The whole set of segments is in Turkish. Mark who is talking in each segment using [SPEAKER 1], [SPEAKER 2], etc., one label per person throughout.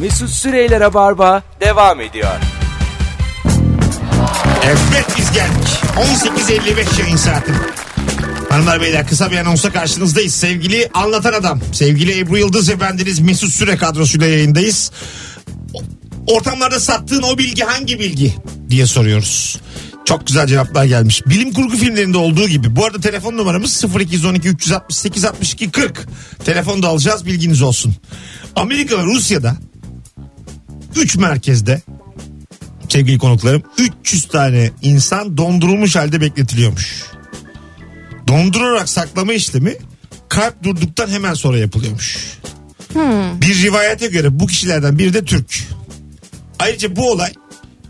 [SPEAKER 1] Mesut Süreyler'e barba devam ediyor.
[SPEAKER 2] Evet biz geldik. 18.55 yayın saati. Hanımlar beyler kısa bir anonsa karşınızdayız. Sevgili Anlatan Adam, sevgili Ebru Yıldız ve bendeniz Mesut Süre kadrosuyla yayındayız. Ortamlarda sattığın o bilgi hangi bilgi diye soruyoruz. Çok güzel cevaplar gelmiş. Bilim kurgu filmlerinde olduğu gibi. Bu arada telefon numaramız 0212 368 62 40. Telefon da alacağız bilginiz olsun. Amerika ve Rusya'da 3 merkezde sevgili konuklarım 300 tane insan dondurulmuş halde bekletiliyormuş. Dondurarak saklama işlemi kalp durduktan hemen sonra yapılıyormuş. Bir rivayete göre bu kişilerden biri de Türk. Ayrıca bu olay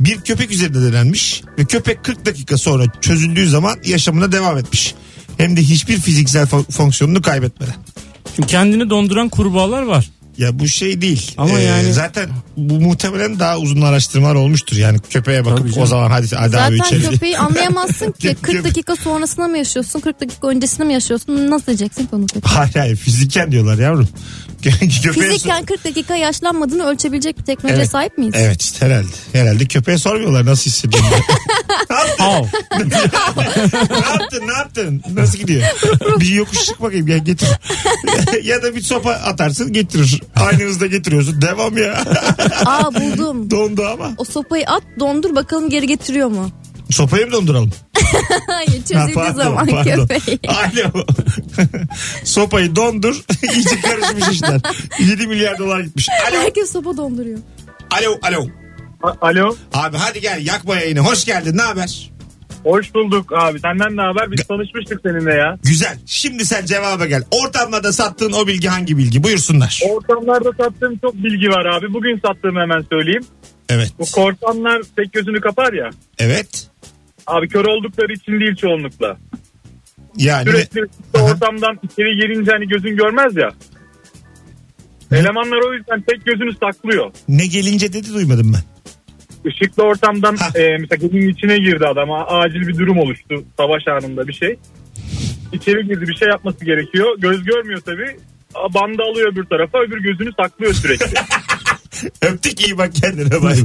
[SPEAKER 2] bir köpek üzerinde denenmiş ve köpek 40 dakika sonra çözüldüğü zaman yaşamına devam etmiş. Hem de hiçbir fiziksel fon- fonksiyonunu kaybetmeden.
[SPEAKER 3] Şimdi kendini donduran kurbağalar var.
[SPEAKER 2] Ya bu şey değil.
[SPEAKER 3] Ama
[SPEAKER 2] Ee,
[SPEAKER 3] yani-
[SPEAKER 2] zaten bu muhtemelen daha uzun araştırmalar olmuştur. Yani köpeğe
[SPEAKER 3] Tabii
[SPEAKER 2] bakıp
[SPEAKER 3] canım.
[SPEAKER 2] o zaman hadi, hadi abi
[SPEAKER 4] Zaten
[SPEAKER 2] içeri.
[SPEAKER 4] köpeği anlayamazsın ki. 40 dakika sonrasına mı yaşıyorsun? 40 dakika öncesine mi yaşıyorsun? Nasıl diyeceksin konu köpeği?
[SPEAKER 2] Hayır hayır fiziken diyorlar yavrum. köpeğe
[SPEAKER 4] Fiziken 40 dakika yaşlanmadığını ölçebilecek bir teknolojiye
[SPEAKER 2] Evet.
[SPEAKER 4] sahip miyiz?
[SPEAKER 2] Evet işte herhalde. Herhalde köpeğe sormuyorlar nasıl hissediyorsun.
[SPEAKER 3] Al.
[SPEAKER 2] ne yaptın ne yaptın? Nasıl gidiyor? bir yokuş çık bakayım gel getir. ya da bir sopa atarsın getirir. Aynı hızda getiriyorsun. Devam ya.
[SPEAKER 4] Aa buldum.
[SPEAKER 2] Dondu ama.
[SPEAKER 4] O sopayı at dondur bakalım geri getiriyor mu?
[SPEAKER 2] Sopayı mı donduralım?
[SPEAKER 4] Hayır
[SPEAKER 2] Ha,
[SPEAKER 4] çözüldüğü zaman köpeği.
[SPEAKER 2] Alo. Sopayı dondur. İyice karışmış işler. 7 milyar dolar gitmiş. Alo.
[SPEAKER 4] Herkes sopa donduruyor.
[SPEAKER 2] Alo. Alo.
[SPEAKER 5] A- Alo.
[SPEAKER 2] Abi hadi gel yakma yayını. Hoş geldin. Ne haber?
[SPEAKER 5] Hoş bulduk abi. Senden ne haber? Biz tanışmıştık seninle ya.
[SPEAKER 2] Güzel. Şimdi sen cevaba gel. Ortamlarda sattığın o bilgi hangi bilgi? Buyursunlar.
[SPEAKER 5] Ortamlarda sattığım çok bilgi var abi. Bugün sattığımı hemen söyleyeyim.
[SPEAKER 2] Evet.
[SPEAKER 5] Bu korsanlar tek gözünü kapar ya.
[SPEAKER 2] Evet.
[SPEAKER 5] Abi kör oldukları için değil çoğunlukla.
[SPEAKER 2] Yani
[SPEAKER 5] Sürekli ortamdan içeri girince hani gözün görmez ya. Elemanlar o yüzden tek gözünü saklıyor.
[SPEAKER 2] ne gelince dedi duymadım ben.
[SPEAKER 5] Işıklı ortamdan
[SPEAKER 2] Ha.
[SPEAKER 5] e, mesela gözün içine girdi adam. A- Acil bir durum oluştu. Savaş anında bir şey. İçeri girdi bir şey yapması gerekiyor. Göz görmüyor tabii. A- Bandı alıyor öbür tarafa öbür gözünü saklıyor sürekli.
[SPEAKER 2] Öptük iyi bak kendine bay.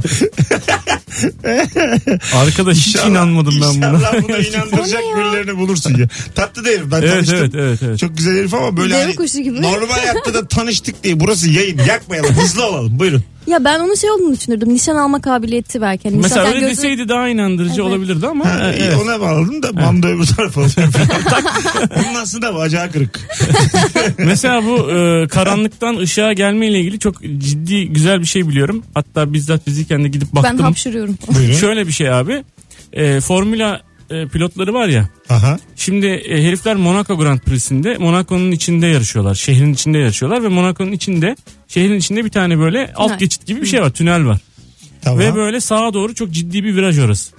[SPEAKER 3] Arkadaş hiç
[SPEAKER 2] İnşallah-
[SPEAKER 3] inanmadım ben buna.
[SPEAKER 2] İnşallah buna inandıracak birilerini bulursun ya. Tatlı da herif ben
[SPEAKER 3] Evet,
[SPEAKER 2] tanıştım.
[SPEAKER 3] evet, evet, evet.
[SPEAKER 2] Çok güzel herif ama böyle
[SPEAKER 4] Deve
[SPEAKER 2] hani
[SPEAKER 4] kuşu gibi.
[SPEAKER 2] normal hayatta da tanıştık diye burası yayın yakmayalım hızlı olalım buyurun.
[SPEAKER 4] Ya ben onun şey olduğunu düşünürdüm. Nişan alma kabiliyeti belki. Hani
[SPEAKER 3] Mesela
[SPEAKER 4] nişan-
[SPEAKER 3] öyle
[SPEAKER 4] sen gözün-
[SPEAKER 3] deseydi daha inandırıcı
[SPEAKER 4] Evet.
[SPEAKER 3] olabilirdi ama.
[SPEAKER 2] Ha,
[SPEAKER 3] e,
[SPEAKER 2] iyi,
[SPEAKER 3] evet.
[SPEAKER 2] Ona bağladım da bandı öbür tarafa alıyorum. Onun aslında bacağı kırık.
[SPEAKER 3] Mesela bu e, karanlıktan ışığa gelmeyle ilgili çok ciddi güzel bir şey biliyorum. Hatta bizzat fiziken de gidip
[SPEAKER 4] Ben
[SPEAKER 3] baktım.
[SPEAKER 4] hapşırıyorum.
[SPEAKER 2] Buyurun.
[SPEAKER 3] Şöyle bir şey abi. E, Formula e, pilotları var ya.
[SPEAKER 2] Aha.
[SPEAKER 3] Şimdi e, herifler Monaco Grand Prix'sinde Monaco'nun içinde yarışıyorlar. Şehrin içinde yarışıyorlar ve Monaco'nun içinde şehrin içinde bir tane böyle alt
[SPEAKER 4] Tünel.
[SPEAKER 3] geçit gibi bir şey var. Tünel var.
[SPEAKER 2] Tamam.
[SPEAKER 3] Ve böyle sağa doğru çok ciddi bir viraj orası.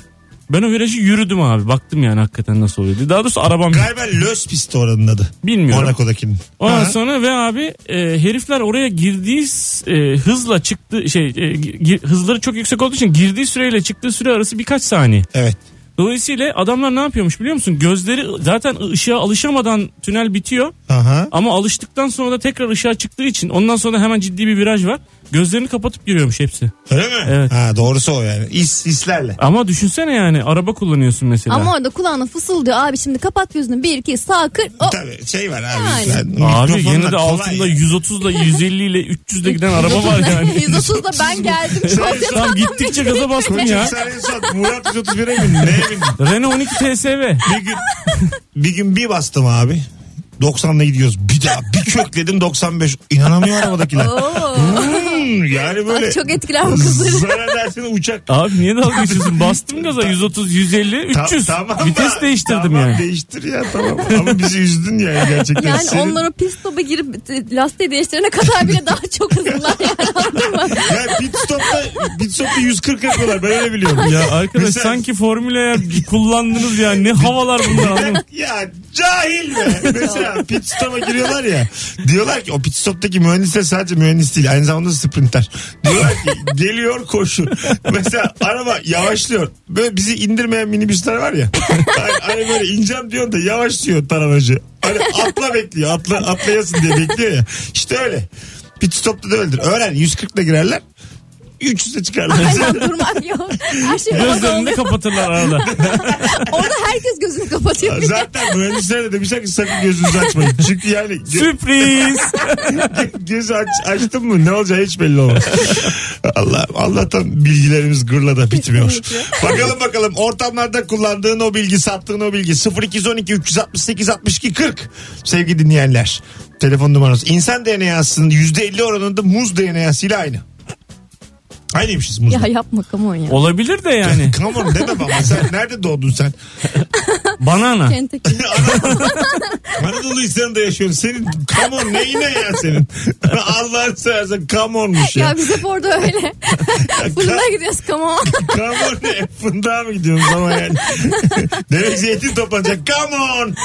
[SPEAKER 3] Ben o virajı yürüdüm abi. Baktım yani hakikaten nasıl oluyordu. Daha doğrusu arabam
[SPEAKER 2] Galiba Lös pisti oranın adı.
[SPEAKER 3] bilmiyorum.
[SPEAKER 2] Monaco'dakinin.
[SPEAKER 3] Ondan
[SPEAKER 2] Aha.
[SPEAKER 3] sonra ve abi e, herifler oraya girdiği s- e, hızla çıktı şey e, gi- hızları çok yüksek olduğu için girdiği süreyle çıktığı süre arası birkaç saniye.
[SPEAKER 2] Evet.
[SPEAKER 3] Dolayısıyla adamlar ne yapıyormuş biliyor musun? Gözleri zaten ışığa alışamadan tünel bitiyor.
[SPEAKER 2] Aha.
[SPEAKER 3] Ama alıştıktan sonra da tekrar ışığa çıktığı için ondan sonra da hemen ciddi bir viraj var. Gözlerini kapatıp giriyormuş hepsi.
[SPEAKER 2] Öyle mi?
[SPEAKER 3] Evet.
[SPEAKER 2] Ha, doğrusu o yani. İs, islerle.
[SPEAKER 3] Ama düşünsene yani araba kullanıyorsun mesela.
[SPEAKER 4] Ama orada kulağına fısıldıyor. Abi şimdi kapat gözünü. Bir iki sağ kır. Oh. O.
[SPEAKER 2] Tabii şey var abi.
[SPEAKER 4] Yani.
[SPEAKER 2] Yani
[SPEAKER 3] Abi
[SPEAKER 2] mikrofonla
[SPEAKER 3] yine de
[SPEAKER 2] kolay
[SPEAKER 3] altında
[SPEAKER 2] ya.
[SPEAKER 3] 130 ile 150 ile 300 ile giden araba var yani.
[SPEAKER 4] 130'da ben geldim.
[SPEAKER 3] Tam gittikçe gaza bastım
[SPEAKER 2] Çocuk
[SPEAKER 3] ya.
[SPEAKER 2] sen en son Murat 131'e bindin. Neye bindin?
[SPEAKER 3] Renault 12 TSV.
[SPEAKER 2] Bir gün, bir gün bir bastım abi. 90'la gidiyoruz. Bir daha bir kökledim 95. İnanamıyor arabadakiler. Hmm, yani böyle.
[SPEAKER 4] Ay, çok etkiler bu kızları.
[SPEAKER 2] Zannedersin uçak.
[SPEAKER 3] Abi niye dalga geçiyorsun? Bastım gaza 130, 150,
[SPEAKER 2] Ta-
[SPEAKER 3] 300.
[SPEAKER 2] tamam da-
[SPEAKER 3] Vites değiştirdim
[SPEAKER 2] tamam,
[SPEAKER 3] yani.
[SPEAKER 2] değiştir ya tamam. Ama bizi üzdün yani gerçekten.
[SPEAKER 4] Yani
[SPEAKER 2] Senin-
[SPEAKER 4] onlar o pist topa girip e, lastiği değiştirene kadar bile daha çok hızlılar yani anladın mı?
[SPEAKER 2] Ya pit stopta, pit stopta 140 yapıyorlar ben öyle biliyorum.
[SPEAKER 3] Ya arkadaş
[SPEAKER 2] Mesela-
[SPEAKER 3] sanki Formula ya kullandınız ya. Ne havalar bunlar anladın mı?
[SPEAKER 2] Ya cahil be. Mesela pit stop'a giriyorlar ya. Diyorlar ki o pit stop'taki mühendisler sadece mühendis değil. Aynı zamanda sprinter. Diyorlar ki geliyor koşun. Mesela araba yavaşlıyor. Böyle bizi indirmeyen minibüsler var ya. Hani, hani böyle ineceğim diyorsun da yavaşlıyor taramacı. Hani atla bekliyor. Atla, atlayasın diye bekliyor ya. İşte öyle. Pit stopta da öldür. Öğren 140 ile girerler. 300'e çıkarlar.
[SPEAKER 4] Aynen durman yok. Her şey havada
[SPEAKER 3] Gözlerini
[SPEAKER 4] oluyor.
[SPEAKER 3] kapatırlar arada.
[SPEAKER 4] Orada herkes gözünü kapatıyor. bir de.
[SPEAKER 2] Zaten mühendisler de demişler ki sakın gözünüzü açmayın. Çünkü yani gö-
[SPEAKER 3] Sürpriz.
[SPEAKER 2] gözü aç, açtın mı ne olacağı hiç belli olmaz. Allah Allah'tan bilgilerimiz gırla da bitmiyor. bakalım bakalım ortamlarda kullandığın o bilgi sattığın o bilgi 0212 368 62 40 sevgili dinleyenler. Telefon numaranız. İnsan DNA'sının %50 oranında muz DNA'sıyla aynı. Aynıymışız muz.
[SPEAKER 4] Ya yapma come on ya.
[SPEAKER 3] Olabilir de yani.
[SPEAKER 2] Come on deme baba sen nerede doğdun sen?
[SPEAKER 3] Banana.
[SPEAKER 4] Kentucky.
[SPEAKER 2] Anadolu İsyanı'nda yaşıyorsun. Senin come on neyine ya senin? Allah'ını seversen come on'muş ya.
[SPEAKER 4] ya biz hep orada öyle. Fırına gidiyoruz come on.
[SPEAKER 2] Come on ne? Fındığa mı gidiyorsunuz ama yani? Demek zeytin toplanacak. Come on.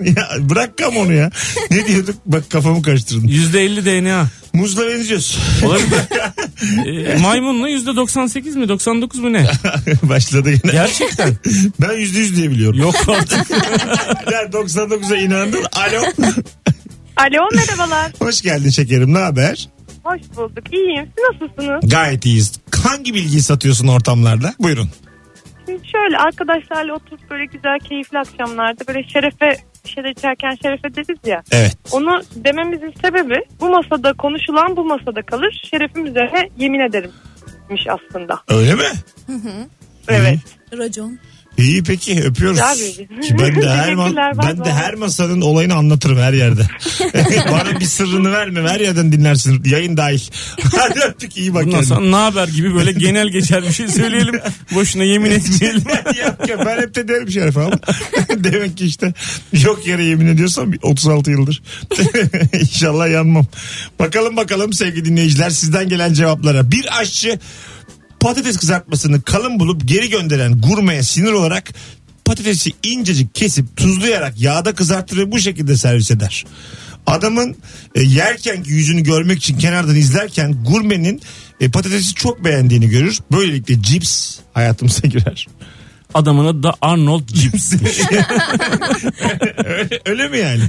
[SPEAKER 2] ya bırak come on'u ya. Ne diyorduk? Bak kafamı karıştırdın.
[SPEAKER 3] %50 DNA.
[SPEAKER 2] Muzla benziyoruz.
[SPEAKER 3] Olabilir. Ee, maymunla %98 mi 99 mu ne?
[SPEAKER 2] Başladı yine.
[SPEAKER 3] Gerçekten.
[SPEAKER 2] Ben yüzde yüz diye biliyorum.
[SPEAKER 3] Yok artık.
[SPEAKER 2] Ben 99'a inandın. Alo.
[SPEAKER 6] Alo merhabalar.
[SPEAKER 2] Hoş geldin şekerim. Ne haber?
[SPEAKER 6] Hoş bulduk. İyiyim. Siz nasılsınız?
[SPEAKER 2] Gayet iyiyiz. Hangi bilgiyi satıyorsun ortamlarda? Buyurun.
[SPEAKER 6] Şimdi şöyle arkadaşlarla oturup böyle güzel keyifli akşamlarda böyle şerefe bir şeyler içerken şerefe deriz ya.
[SPEAKER 2] Evet.
[SPEAKER 6] Onu dememizin sebebi bu masada konuşulan bu masada kalır. Şerefim üzerine yemin ederimmiş aslında.
[SPEAKER 2] Öyle mi?
[SPEAKER 6] Evet.
[SPEAKER 4] Racon.
[SPEAKER 2] İyi peki öpüyoruz.
[SPEAKER 6] Güzel bilgi.
[SPEAKER 2] Ki ben de her ma-
[SPEAKER 6] Teşekkürler,
[SPEAKER 2] ben de
[SPEAKER 6] vallahi.
[SPEAKER 2] her masanın olayını anlatırım her yerde. Bana bir sırrını vermem her yerden dinlersin yayın dahil. Hadi öptük iyi bak
[SPEAKER 3] Bundan
[SPEAKER 2] kendine.
[SPEAKER 3] sonra ne haber gibi böyle genel geçer bir şey söyleyelim. Boşuna yemin etmeyelim.
[SPEAKER 2] Yok ya, ben hep de derim Şeref abi. Demek ki işte yok yere yemin ediyorsam 36 yıldır. İnşallah yanmam. Bakalım bakalım sevgili dinleyiciler sizden gelen cevaplara. Bir aşçı patates kızartmasını kalın bulup geri gönderen gurmeye sinir olarak patatesi incecik kesip tuzlayarak yağda kızartır ve bu şekilde servis eder. Adamın e, yerkenki yüzünü görmek için kenardan izlerken gurmenin e, patatesi çok beğendiğini görür. Böylelikle cips hayatımıza girer.
[SPEAKER 3] Adamın adı da Arnold Gibbs.
[SPEAKER 2] öyle, öyle mi yani?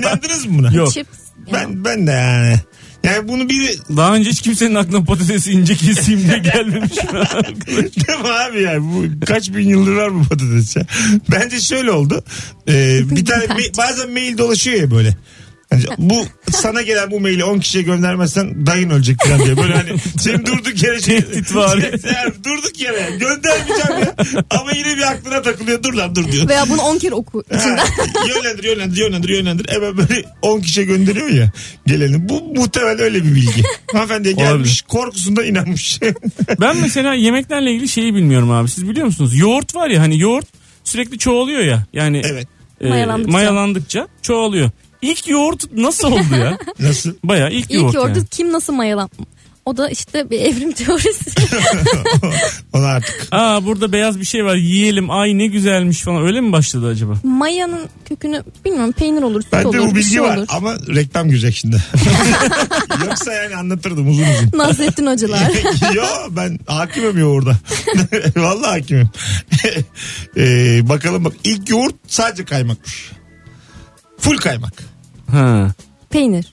[SPEAKER 2] İnandınız mı buna?
[SPEAKER 3] Yok.
[SPEAKER 4] Chips. ya.
[SPEAKER 2] Ben ben de yani. Yani bunu biri
[SPEAKER 3] Daha önce hiç kimsenin aklına patatesi ince keseyim diye gelmemiş.
[SPEAKER 2] Değil mi abi yani bu kaç bin yıldır var bu patates ya. Bence şöyle oldu. Ee, bir tane me- bazen mail dolaşıyor ya böyle. Yani bu sana gelen bu maili 10 kişiye göndermezsen dayın ölecek falan diye. Böyle hani senin durduk yere şey.
[SPEAKER 3] Tehdit var.
[SPEAKER 2] Ya durduk yere göndermeyeceğim ya. Ama yine bir aklına takılıyor dur lan dur diyor.
[SPEAKER 4] Veya bunu 10 kere oku.
[SPEAKER 2] Ha, yönlendir yönlendir yönlendir yönlendir. Hemen böyle 10 kişiye gönderiyor ya geleni. Bu muhtemelen öyle bir bilgi. Hanımefendiye gelmiş
[SPEAKER 3] Olabilir.
[SPEAKER 2] korkusunda inanmış.
[SPEAKER 3] Ben mesela yemeklerle ilgili şeyi bilmiyorum abi. Siz biliyor musunuz? Yoğurt var ya hani yoğurt sürekli çoğalıyor ya. Yani
[SPEAKER 2] evet
[SPEAKER 3] e,
[SPEAKER 4] Mayalandıkça.
[SPEAKER 3] mayalandıkça çoğalıyor. İlk yoğurt nasıl oldu ya?
[SPEAKER 2] nasıl?
[SPEAKER 3] Baya ilk,
[SPEAKER 4] İlk
[SPEAKER 3] yoğurt. yani.
[SPEAKER 4] yordu kim nasıl mayalan? O da işte bir evrim teorisi.
[SPEAKER 2] Ona artık
[SPEAKER 3] Aa burada beyaz bir şey var yiyelim ay ne güzelmiş falan öyle mi başladı acaba?
[SPEAKER 4] Mayanın kökünü bilmiyorum peynir olur, süt
[SPEAKER 2] Ben de
[SPEAKER 4] olur,
[SPEAKER 2] bu
[SPEAKER 4] bir
[SPEAKER 2] bilgi
[SPEAKER 4] şey
[SPEAKER 2] var
[SPEAKER 4] olur.
[SPEAKER 2] ama reklam girecek şimdi. Yoksa yani anlatırdım uzun uzun.
[SPEAKER 4] Nazrettin hocalar.
[SPEAKER 2] Yo ben hakimim yoğurda. Vallahi hakimim. Ee, bakalım bak ilk yoğurt sadece kaymakmış. Full kaymak.
[SPEAKER 3] Ha.
[SPEAKER 4] peynir.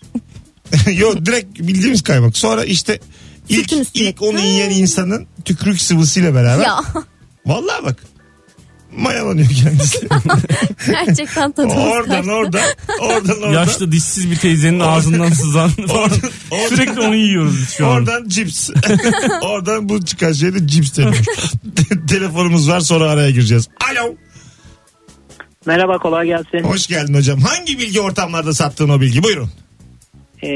[SPEAKER 2] Yo direkt bildiğimiz kaymak. Sonra işte ilk,
[SPEAKER 4] Sütün üstüne.
[SPEAKER 2] ilk onu yiyen insanın tükürük sıvısıyla beraber.
[SPEAKER 4] Ya
[SPEAKER 2] Vallahi bak mayalanıyor kendisi.
[SPEAKER 4] gerçekten tadımız
[SPEAKER 2] oradan
[SPEAKER 4] kaçtı.
[SPEAKER 2] oradan oradan oradan.
[SPEAKER 3] Yaşlı dişsiz bir teyzenin ağzından sızan falan.
[SPEAKER 2] oradan-
[SPEAKER 3] Sürekli onu yiyoruz biz şu an.
[SPEAKER 2] Oradan cips. Oradan bu çıkan şey de cips deniyor. Te- Telefonumuz var sonra araya gireceğiz. Alo.
[SPEAKER 7] Merhaba kolay gelsin.
[SPEAKER 2] Hoş geldin hocam. Hangi bilgi ortamlarda sattığın o bilgi? Buyurun.
[SPEAKER 7] Ee,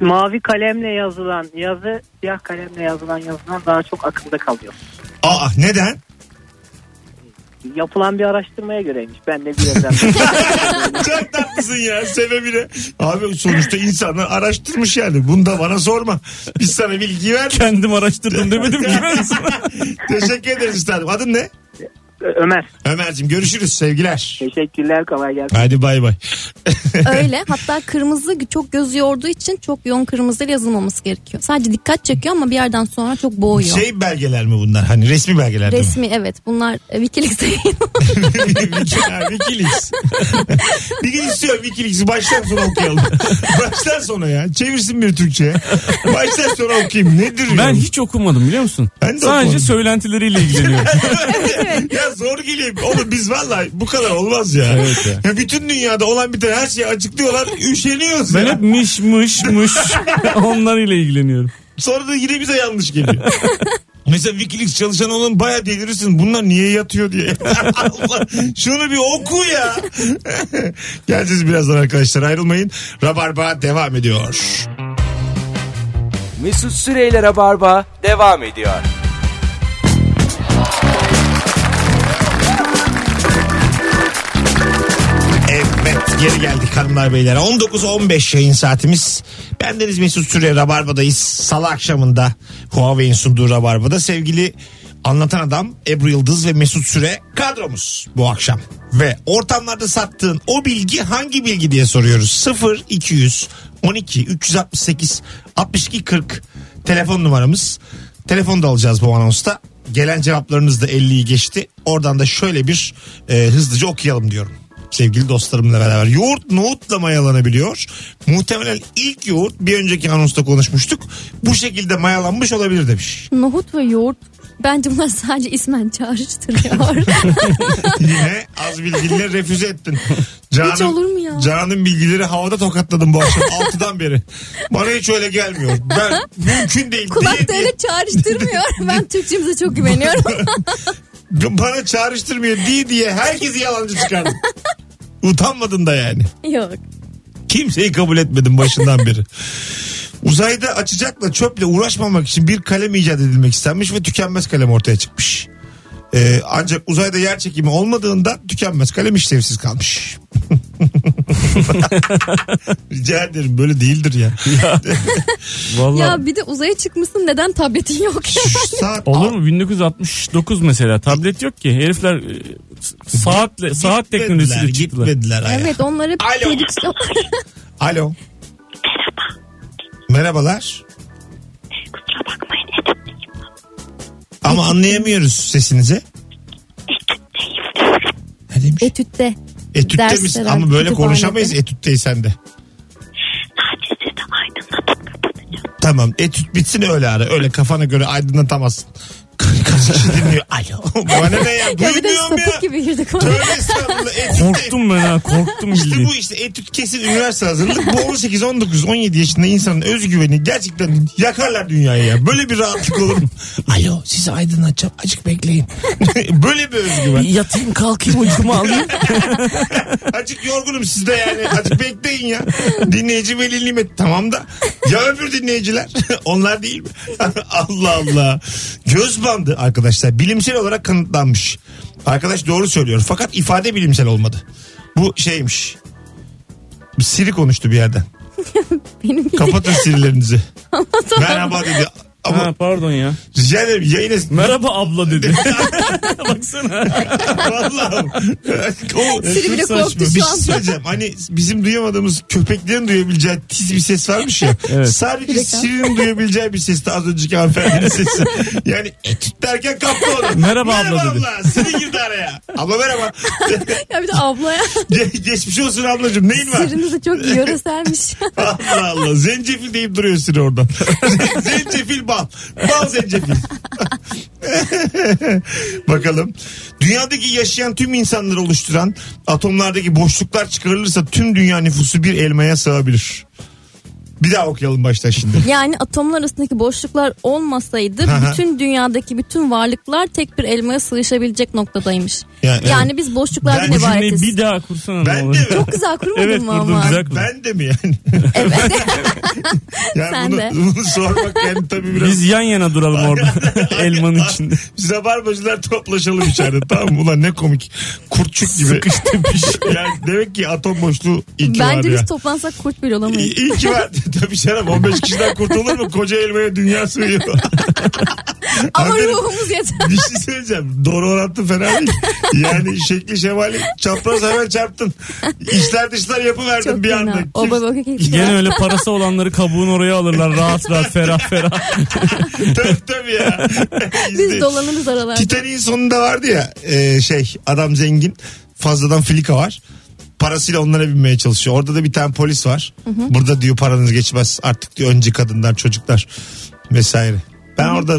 [SPEAKER 7] mavi kalemle yazılan yazı siyah kalemle yazılan yazıdan daha çok akılda kalıyor.
[SPEAKER 2] Aa neden?
[SPEAKER 7] Yapılan bir araştırmaya göreymiş. Ben de bir yerden.
[SPEAKER 2] Çok tatlısın ya sebebi ne? Abi sonuçta insanlar araştırmış yani. Bunu da bana sorma. Biz sana bilgi ver.
[SPEAKER 3] Kendim araştırdım demedim ki ben sana.
[SPEAKER 2] Teşekkür ederiz üstadım. Adın ne?
[SPEAKER 7] Ömer.
[SPEAKER 2] Ömer'cim görüşürüz sevgiler.
[SPEAKER 7] Teşekkürler kolay gelsin.
[SPEAKER 2] Hadi bay bay.
[SPEAKER 4] Öyle. Hatta kırmızı çok göz yorduğu için çok yoğun kırmızıyla yazılmaması gerekiyor. Sadece dikkat çekiyor ama bir yerden sonra çok boğuyor.
[SPEAKER 2] Şey belgeler mi bunlar? Hani resmi belgeler değil mi?
[SPEAKER 4] Resmi evet bunlar e, Wikileaks'te yayınlanıyor.
[SPEAKER 2] Wiki- Wikileaks. bir gün istiyorum Wikileaks'i baştan sona okuyalım. baştan sona ya. Çevirsin bir Türkçe'ye. Baştan sona okuyayım. Nedir ya?
[SPEAKER 3] Ben hiç okumadım biliyor musun?
[SPEAKER 2] Ben de
[SPEAKER 3] Sadece
[SPEAKER 2] okumadım.
[SPEAKER 3] söylentileriyle ilgileniyorum.
[SPEAKER 2] ya zor geliyor. Oğlum biz valla bu kadar olmaz ya.
[SPEAKER 3] Evet ya.
[SPEAKER 2] Ya bütün dünyada olan biten her şeyi açıklıyorlar. Üşeniyoruz
[SPEAKER 3] ben
[SPEAKER 2] ya.
[SPEAKER 3] hep mış mış mış onlarıyla ilgileniyorum.
[SPEAKER 2] Sonra da yine bize yanlış geliyor. Mesela Wikileaks çalışan olan bayağı delirirsin. Bunlar niye yatıyor diye. Allah, şunu bir oku ya. Geleceğiz birazdan arkadaşlar ayrılmayın. Rabarba devam ediyor.
[SPEAKER 1] Mesut Süreyler'e barba devam ediyor.
[SPEAKER 2] Evet geri geldik hanımlar beyler. 19.15 yayın saatimiz. Bendeniz Mesut Süre Rabarba'dayız. Salı akşamında Huawei'in sunduğu Rabarba'da sevgili anlatan adam Ebru Yıldız ve Mesut Süre kadromuz bu akşam. Ve ortamlarda sattığın o bilgi hangi bilgi diye soruyoruz. 0 200 12 368 62 40 telefon numaramız. Telefon da alacağız bu anonsta. Gelen cevaplarınız da 50'yi geçti. Oradan da şöyle bir e, hızlıca okuyalım diyorum sevgili dostlarımla beraber. Yoğurt nohutla mayalanabiliyor. Muhtemelen ilk yoğurt bir önceki anonsta konuşmuştuk. Bu şekilde mayalanmış olabilir demiş.
[SPEAKER 4] Nohut ve yoğurt bence bunlar sadece ismen çağrıştırıyor.
[SPEAKER 2] Yine az bilgiyle refüze ettin. Canım,
[SPEAKER 4] Hiç olur mu ya?
[SPEAKER 2] Canım bilgileri havada tokatladım bu akşam 6'dan beri. Bana hiç öyle gelmiyor. Ben mümkün değil. diye-
[SPEAKER 4] Kulakta
[SPEAKER 2] diye-
[SPEAKER 4] öyle çağrıştırmıyor. Ben Türkçemize çok güveniyorum.
[SPEAKER 2] bana çağrıştırmıyor diye diye herkesi yalancı çıkardım. Utanmadın da yani.
[SPEAKER 4] Yok.
[SPEAKER 2] Kimseyi kabul etmedim başından beri. Uzayda açacakla çöple uğraşmamak için bir kalem icat edilmek istenmiş ve tükenmez kalem ortaya çıkmış. Ee, ancak uzayda yer çekimi olmadığında tükenmez kalem işlevsiz kalmış. Rica ederim böyle değildir ya.
[SPEAKER 3] Vallahi
[SPEAKER 4] Ya bir de uzaya çıkmışsın neden tabletin yok?
[SPEAKER 2] Şu saat
[SPEAKER 3] olur mu? 1969 mesela tablet yok ki. Herifler e, saatle saat
[SPEAKER 2] Gitmediler,
[SPEAKER 3] teknolojisiyle çıktılar.
[SPEAKER 2] Gitmediler aya.
[SPEAKER 4] evet onları
[SPEAKER 2] Alo.
[SPEAKER 4] prodüksiyon...
[SPEAKER 2] Alo. Merhabalar.
[SPEAKER 8] Kusura bakmayın edip
[SPEAKER 2] Ama anlayamıyoruz sesinizi. Ne demiş?
[SPEAKER 4] Etütte.
[SPEAKER 2] Etütte
[SPEAKER 4] Ders
[SPEAKER 2] misin?
[SPEAKER 4] veren
[SPEAKER 2] Ama böyle
[SPEAKER 4] kütüphanede.
[SPEAKER 2] konuşamayız etütteysen de.
[SPEAKER 8] sadece de aydınlatıp kapatacağım.
[SPEAKER 2] Tamam etüt bitsin öyle ara. Öyle kafana göre aydınlatamazsın. Kaç kişi dinliyor? Alo. Bana ne ya?
[SPEAKER 4] Ya bir de
[SPEAKER 2] Duymuyorum
[SPEAKER 4] sapık
[SPEAKER 2] ya.
[SPEAKER 4] gibi girdik oraya.
[SPEAKER 2] Tövbe estağfurullah. Etütte.
[SPEAKER 3] Korktum ben ha korktum
[SPEAKER 2] İşte
[SPEAKER 3] bildiğin.
[SPEAKER 2] bu işte etüt kesin üniversite hazırlık. Bu 18, 19, 17 yaşında insanın özgüveni gerçekten yakarlar dünyayı ya. Böyle bir rahatlık olur mu? Alo sizi aydınlatacağım. Acık bekleyin. Böyle bir özgüven.
[SPEAKER 3] Yatayım kalkayım uykumu alayım.
[SPEAKER 2] Acık yorgunum sizde yani. Acık bekleyin ya. Dinleyici Veli Nimet tamam da. Ya öbür dinleyiciler? Onlar değil mi? Allah Allah. Göz bandı arkadaşlar. Bilimsel olarak kanıtlanmış. Arkadaş doğru söylüyor. Fakat ifade bilimsel olmadı. Bu şeymiş. Bir Siri konuştu bir yerden.
[SPEAKER 4] Benim
[SPEAKER 2] Kapatın Siri'lerinizi. Merhaba dedi. Ama
[SPEAKER 3] ha, pardon ya.
[SPEAKER 2] rica ederim yayın es-
[SPEAKER 3] Merhaba abla dedi. Baksana.
[SPEAKER 2] Vallahi. O-
[SPEAKER 4] Siri bile
[SPEAKER 3] Çok saçma.
[SPEAKER 4] korktu
[SPEAKER 2] Bir
[SPEAKER 4] şu
[SPEAKER 2] şey
[SPEAKER 4] anda.
[SPEAKER 2] söyleyeceğim. Hani bizim duyamadığımız köpeklerin duyabileceği tiz bir ses varmış ya.
[SPEAKER 3] Evet.
[SPEAKER 4] Bir
[SPEAKER 2] Sadece
[SPEAKER 4] dakika.
[SPEAKER 2] Siri'nin duyabileceği bir sesti az önceki hanımefendinin sesi. Yani etüt derken kaptı onu.
[SPEAKER 3] Merhaba abla dedi.
[SPEAKER 2] abla. Siri girdi araya. Abla merhaba.
[SPEAKER 4] Ya bir de ablaya
[SPEAKER 2] Ge- Geçmiş olsun ablacığım. Neyin var?
[SPEAKER 4] sırrınızı çok yöreselmiş.
[SPEAKER 2] Allah Allah. Zencefil deyip duruyor Siri oradan. zencefil bal. Bal zencefil. Bakalım. Dünyadaki yaşayan tüm insanları oluşturan atomlardaki boşluklar çıkarılırsa tüm dünya nüfusu bir elmaya sığabilir. Bir daha okuyalım baştan şimdi.
[SPEAKER 4] Yani atomlar arasındaki boşluklar olmasaydı
[SPEAKER 2] Aha.
[SPEAKER 4] bütün dünyadaki bütün varlıklar tek bir elmaya sığışabilecek noktadaymış.
[SPEAKER 2] Yani-
[SPEAKER 4] Yani, biz boşluklardan
[SPEAKER 2] Ben-
[SPEAKER 3] Bu cümleyi
[SPEAKER 4] ibaretiz.
[SPEAKER 3] bir daha kursana. ne
[SPEAKER 2] Ben
[SPEAKER 3] olur.
[SPEAKER 2] de mi?
[SPEAKER 4] Çok güzel kurmadın
[SPEAKER 3] Evet
[SPEAKER 4] mı
[SPEAKER 3] kurdum
[SPEAKER 4] ama?
[SPEAKER 3] güzel kurdum.
[SPEAKER 2] Ben de mi yani?
[SPEAKER 4] Evet.
[SPEAKER 2] yani
[SPEAKER 4] Sen
[SPEAKER 2] bunu,
[SPEAKER 4] de.
[SPEAKER 2] bunu sormak yani tabii biraz...
[SPEAKER 3] Biz yan yana duralım orada. Elmanın içinde.
[SPEAKER 2] Biz rabarbacılar toplaşalım içeride tamam mı? Ulan ne komik. Kurtçuk gibi. Sıkıştırmış. yani demek ki atom boşluğu iyi
[SPEAKER 3] şey
[SPEAKER 2] ki var
[SPEAKER 4] Bence
[SPEAKER 2] ya.
[SPEAKER 4] biz toplansak kurt bile
[SPEAKER 2] İyi
[SPEAKER 4] olamayız.
[SPEAKER 2] iyi ki var. Tabii canım 15 kişiden kurtulur mu? Koca elmaya dünya sığıyor.
[SPEAKER 4] Ama
[SPEAKER 2] Hanımefendi,
[SPEAKER 4] ruhumuz yeter.
[SPEAKER 2] Bir şey söyleyeceğim. Doğru orantı fena değil. Yani şekli şemali çapraz hemen çarptın. İşler dışlar yapıverdim
[SPEAKER 4] Çok
[SPEAKER 2] bir
[SPEAKER 4] fena.
[SPEAKER 2] anda.
[SPEAKER 4] O
[SPEAKER 2] Kim-
[SPEAKER 4] baba bak-
[SPEAKER 3] Gene öyle parası olanları kabuğun oraya alırlar rahat rahat ferah ferah.
[SPEAKER 2] Tabii tabii ya.
[SPEAKER 4] Biz dolanırız aralarda.
[SPEAKER 2] Titanic'in sonunda vardı ya e, şey adam zengin fazladan filika var. Parasıyla onlara binmeye çalışıyor. Orada da bir tane polis var. Burada diyor paranız geçmez artık diyor önce kadınlar çocuklar vesaire. Ben orada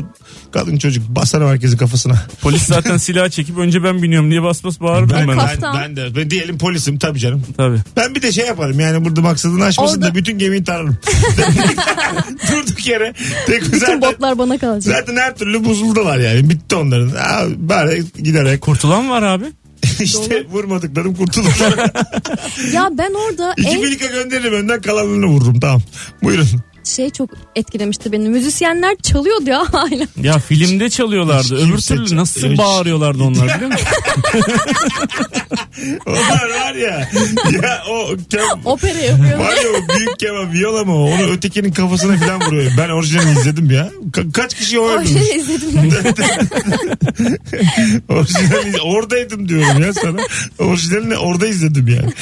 [SPEAKER 2] kadın çocuk basarım herkesin kafasına.
[SPEAKER 3] Polis zaten silah çekip önce ben biniyorum diye bas bas bağırırdım
[SPEAKER 2] Ben,
[SPEAKER 3] ben.
[SPEAKER 2] ben,
[SPEAKER 3] Tabii.
[SPEAKER 2] ben, de ben diyelim polisim tabii canım. Ben bir de şey yaparım yani burada maksadını aşmasın
[SPEAKER 4] Orada-
[SPEAKER 2] da bütün gemiyi tararım. Durduk yere. Tek
[SPEAKER 4] Bütün
[SPEAKER 2] zaten,
[SPEAKER 4] botlar bana kalacak.
[SPEAKER 2] zaten her türlü buzuldalar yani. Bitti onların. Aa, bari giderek
[SPEAKER 3] Kurtulan var abi.
[SPEAKER 2] işte vurmadıklarım kurtulur.
[SPEAKER 4] Ya ben orada
[SPEAKER 2] İki
[SPEAKER 4] en
[SPEAKER 2] birlikte gönderirim önden kalanını vururum tamam. Buyurun.
[SPEAKER 4] şey çok etkilemişti beni. Müzisyenler çalıyordu ya hala.
[SPEAKER 3] Ya filmde çalıyorlardı.
[SPEAKER 2] Hiç
[SPEAKER 3] Öbür
[SPEAKER 2] kimse
[SPEAKER 3] türlü
[SPEAKER 2] çal-
[SPEAKER 3] nasıl
[SPEAKER 2] Hiç-
[SPEAKER 3] bağırıyorlardı onlar biliyor musun?
[SPEAKER 2] Onlar var ya. Ya o kem,
[SPEAKER 4] Opera yapıyordu.
[SPEAKER 2] var ya o büyük keman viola mı o? Onu ötekinin kafasına falan vuruyor. Ben orijinalini izledim ya. Ka- kaç kişi o öldürmüş?
[SPEAKER 4] Orijinal izledim.
[SPEAKER 2] Orijinalini oradaydım diyorum ya sana. Orijinalini orada izledim yani.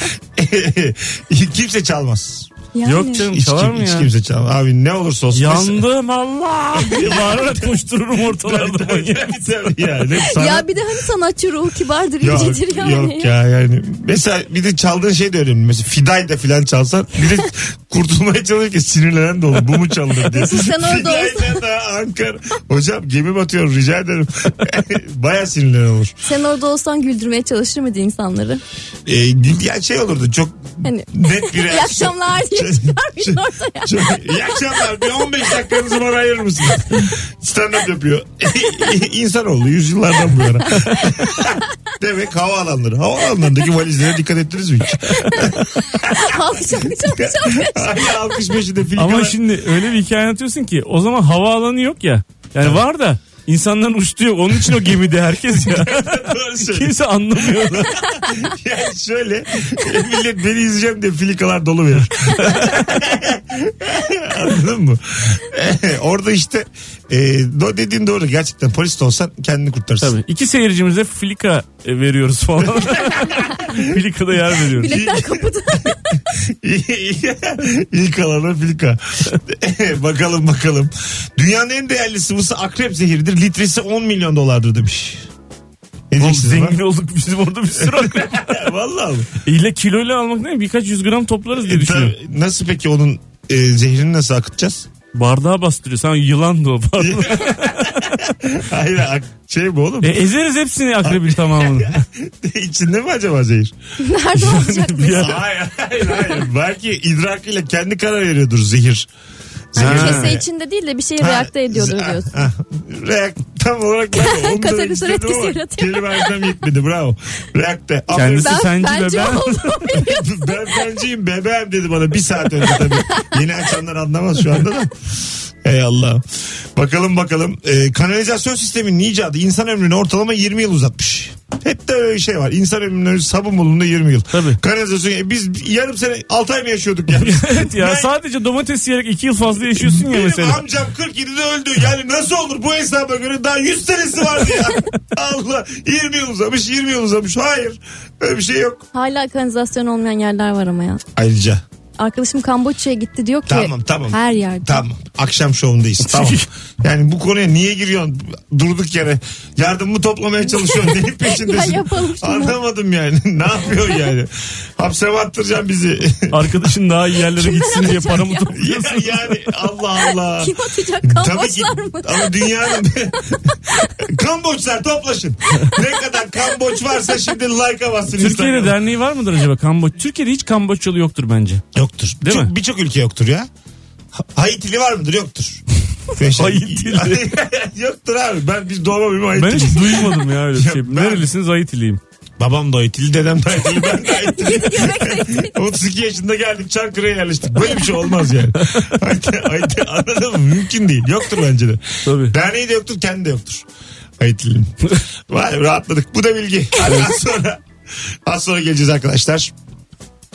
[SPEAKER 2] kimse çalmaz.
[SPEAKER 4] Yani.
[SPEAKER 3] Yok canım
[SPEAKER 2] Hiç,
[SPEAKER 3] çalar
[SPEAKER 2] kim,
[SPEAKER 3] mı
[SPEAKER 2] hiç
[SPEAKER 3] ya?
[SPEAKER 2] kimse çalmaz. Abi ne olursa olsun.
[SPEAKER 3] Yandım Allah diye bağırarak koştururum ortalarda. manyak.
[SPEAKER 2] Tabii ya. Ne sanat-
[SPEAKER 4] Ya bir de hani sanatçı ruhu kibardır,
[SPEAKER 2] Yok,
[SPEAKER 4] incedir yani.
[SPEAKER 2] yok ya yani. Mesela bir de çaldığın şey de önemli. Mesela Fidayda falan çalsan bir de kurtulmaya çalışırken sinirlenen de olur. Bu mu çalınır diye.
[SPEAKER 4] Nasıl sen orada
[SPEAKER 2] Fidayda da Ankara. Hocam gemi batıyor rica ederim. Baya sinirlenen olur.
[SPEAKER 4] Sen orada olsan güldürmeye çalışır mıydı insanları?
[SPEAKER 2] Ee, yani şey olurdu çok
[SPEAKER 4] Hani-
[SPEAKER 2] net bir
[SPEAKER 4] İyi akşamlar diye çıkarmışsın ortaya.
[SPEAKER 2] Çok, iyi akşamlar. Bir 15 dakikanızı bana ayırır mısınız? Stand-up yapıyor. İnsanoğlu yüzyıllardan bu yana. Demek havaalanları. Havaalanlarındaki valizlere dikkat ettiniz mi hiç?
[SPEAKER 4] Alçak alçak
[SPEAKER 2] Hala alkış peşinde filikalar.
[SPEAKER 3] Ama şimdi öyle bir hikaye anlatıyorsun ki o zaman havaalanı yok ya. Yani var da insanların uçtuğu yok. Onun için o gemide herkes ya.
[SPEAKER 2] Doğru söylüyorsun.
[SPEAKER 3] Kimse anlamıyor. da.
[SPEAKER 2] Yani şöyle millet beni izleyeceğim diye filikalar dolu verir. Anladın mı? Orada işte e, do- dediğin doğru gerçekten polis de olsan kendini kurtarsın.
[SPEAKER 3] Tabii. İki seyircimize filika e, veriyoruz falan. Filikada yer veriyoruz.
[SPEAKER 4] biletler kapıda.
[SPEAKER 2] İlk alana filika. bakalım bakalım. Dünyanın en değerli sıvısı akrep zehiridir. Litresi 10 milyon dolardır demiş. Ne
[SPEAKER 3] Oğlum
[SPEAKER 2] diyeceksiniz
[SPEAKER 3] zengin
[SPEAKER 2] lan?
[SPEAKER 3] olduk bizim orada bir sürü akrep.
[SPEAKER 2] Vallahi mi?
[SPEAKER 3] İle kiloyla almak ne? Birkaç yüz gram toplarız diye
[SPEAKER 2] E,
[SPEAKER 3] düşünüyorum.
[SPEAKER 2] tabii. Nasıl peki onun e, zehrini nasıl akıtacağız?
[SPEAKER 3] Bardağa bastırıyor. Sen yılan da o bardağı.
[SPEAKER 2] Hayır ak- şey bu oğlum.
[SPEAKER 3] E, ezeriz hepsini akrebin tamamını.
[SPEAKER 2] İçinde mi acaba zehir?
[SPEAKER 4] Nerede olacak mesela?
[SPEAKER 2] hayır hayır hayır. Belki idrakıyla kendi karar veriyordur zehir.
[SPEAKER 4] Hani Kese içinde değil de bir şeye reakte ediyordur
[SPEAKER 2] Ha,
[SPEAKER 4] diyorsun.
[SPEAKER 2] ha. Reakt tam olarak ben onu
[SPEAKER 4] Katarina
[SPEAKER 2] demek istedim
[SPEAKER 4] etkisi
[SPEAKER 2] ama
[SPEAKER 4] yaratıyor.
[SPEAKER 2] Kelime harcam yetmedi bravo. Reakte.
[SPEAKER 3] Kendisi
[SPEAKER 4] Ben
[SPEAKER 3] sence
[SPEAKER 4] bence
[SPEAKER 3] be ben.
[SPEAKER 4] oldu.
[SPEAKER 2] ben benciyim bebeğim dedi bana bir saat önce tabii. Yeni açanlar anlamaz şu anda da. Ey Allah. Bakalım bakalım. Ee, kanalizasyon sisteminin icadı insan ömrünü ortalama 20 yıl uzatmış. Hep de öyle bir şey var. İnsan ömrünün sabun bulunduğunda 20 yıl.
[SPEAKER 3] Tabii.
[SPEAKER 2] Kanalizasyon e, biz yarım sene 6 ay mı yaşıyorduk ya?
[SPEAKER 3] evet ya
[SPEAKER 2] Ben-
[SPEAKER 3] sadece domates yiyerek iki yıl fazla yaşıyorsun ya
[SPEAKER 2] Benim
[SPEAKER 3] mesela.
[SPEAKER 2] amcam 47'de öldü. Yani nasıl olur bu hesaba göre daha 100 senesi vardı ya. Allah 20 yıl uzamış 20 yıl uzamış. Hayır öyle bir şey yok.
[SPEAKER 4] Hala kanalizasyon olmayan yerler var ama ya.
[SPEAKER 2] Ayrıca
[SPEAKER 4] Arkadaşım Kamboçya'ya gitti diyor ki
[SPEAKER 2] Tamam, tamam.
[SPEAKER 4] her yerde.
[SPEAKER 2] Tamam. Akşam şovundayız. Tamam. Yani bu konuya niye giriyorsun? Durduk yere yardımımı toplamaya çalışıyorsun. Neyin peşindesin?
[SPEAKER 4] Ya yapalım şunu.
[SPEAKER 2] Anlamadım yani. ne yapıyorsun yani? Hapse batıracaksın bizi.
[SPEAKER 3] Arkadaşın daha iyi yerlere gitsin diye paramı
[SPEAKER 4] ya?
[SPEAKER 3] topluyor.
[SPEAKER 2] Ya yani Allah Allah.
[SPEAKER 4] Kim atacak
[SPEAKER 2] Tabii ki.
[SPEAKER 4] Kamboçlar mı?
[SPEAKER 2] Ama dünyanın Kamboçlar toplaşın. Ne kadar Kamboç varsa şimdi like'a bassın.
[SPEAKER 3] Türkiye'de
[SPEAKER 2] Instagram'a.
[SPEAKER 3] derneği var mıdır acaba? Kamboç. Türkiye'de hiç Kamboçyalı yoktur bence.
[SPEAKER 2] Yoktur.
[SPEAKER 3] Değil
[SPEAKER 2] Çok-
[SPEAKER 3] mi?
[SPEAKER 2] Birçok ülke yoktur ya. Ha- Haitili var mıdır? Yoktur.
[SPEAKER 3] Haitili.
[SPEAKER 2] yoktur abi. Ben biz doğma büyüme
[SPEAKER 3] Ben
[SPEAKER 2] Haitili.
[SPEAKER 3] hiç duymadım ya öyle bir
[SPEAKER 2] E, Ya
[SPEAKER 3] şey.
[SPEAKER 2] ben-
[SPEAKER 3] Nerelisiniz Haitiliyim.
[SPEAKER 2] Babam da Haitili, dedem de Haitili, ben de Haitili. 32 yaşında geldik Çankırı'ya yerleştik. Böyle bir şey olmaz yani. Haiti, Haiti anladın mı? Mümkün değil. Yoktur bence de.
[SPEAKER 3] Tabii.
[SPEAKER 2] Derneği de yoktur, kendi de yoktur. Haitili'nin. Vay rahatladık. Bu da bilgi. Hadi az sonra. Az sonra geleceğiz arkadaşlar.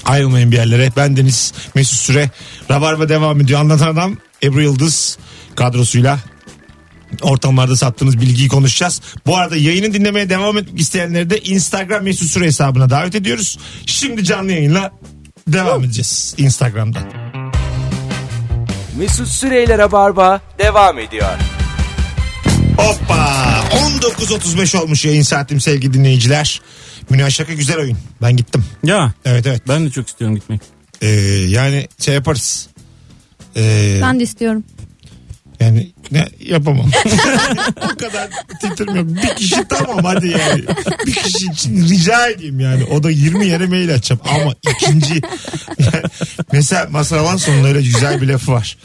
[SPEAKER 2] Ayrılmayın bir yerlere. Ben Deniz Mesut Süre. Rabarba devam ediyor. Anlatan adam Ebru Yıldız kadrosuyla ortamlarda sattığınız bilgiyi konuşacağız. Bu arada yayını dinlemeye devam etmek isteyenleri de Instagram mesut süre hesabına davet ediyoruz. Şimdi canlı yayınla devam edeceğiz Instagram'da.
[SPEAKER 1] Mesut Süreyler'e barba devam ediyor.
[SPEAKER 2] Hoppa 19.35 olmuş yayın saatim sevgili dinleyiciler. Münir Şaka güzel oyun. Ben gittim.
[SPEAKER 3] Ya
[SPEAKER 2] Evet evet.
[SPEAKER 3] ben de çok istiyorum gitmek.
[SPEAKER 2] Ee, yani şey yaparız. Ee,
[SPEAKER 4] Ben de istiyorum.
[SPEAKER 2] Yani ne yapamam. o kadar titrim yok. Bir kişi tamam hadi yani. Bir kişi için rica edeyim yani. O da 20 yere mail açacağım. Ama ikinci yani mesela masalan sonunda öyle güzel bir lafı var.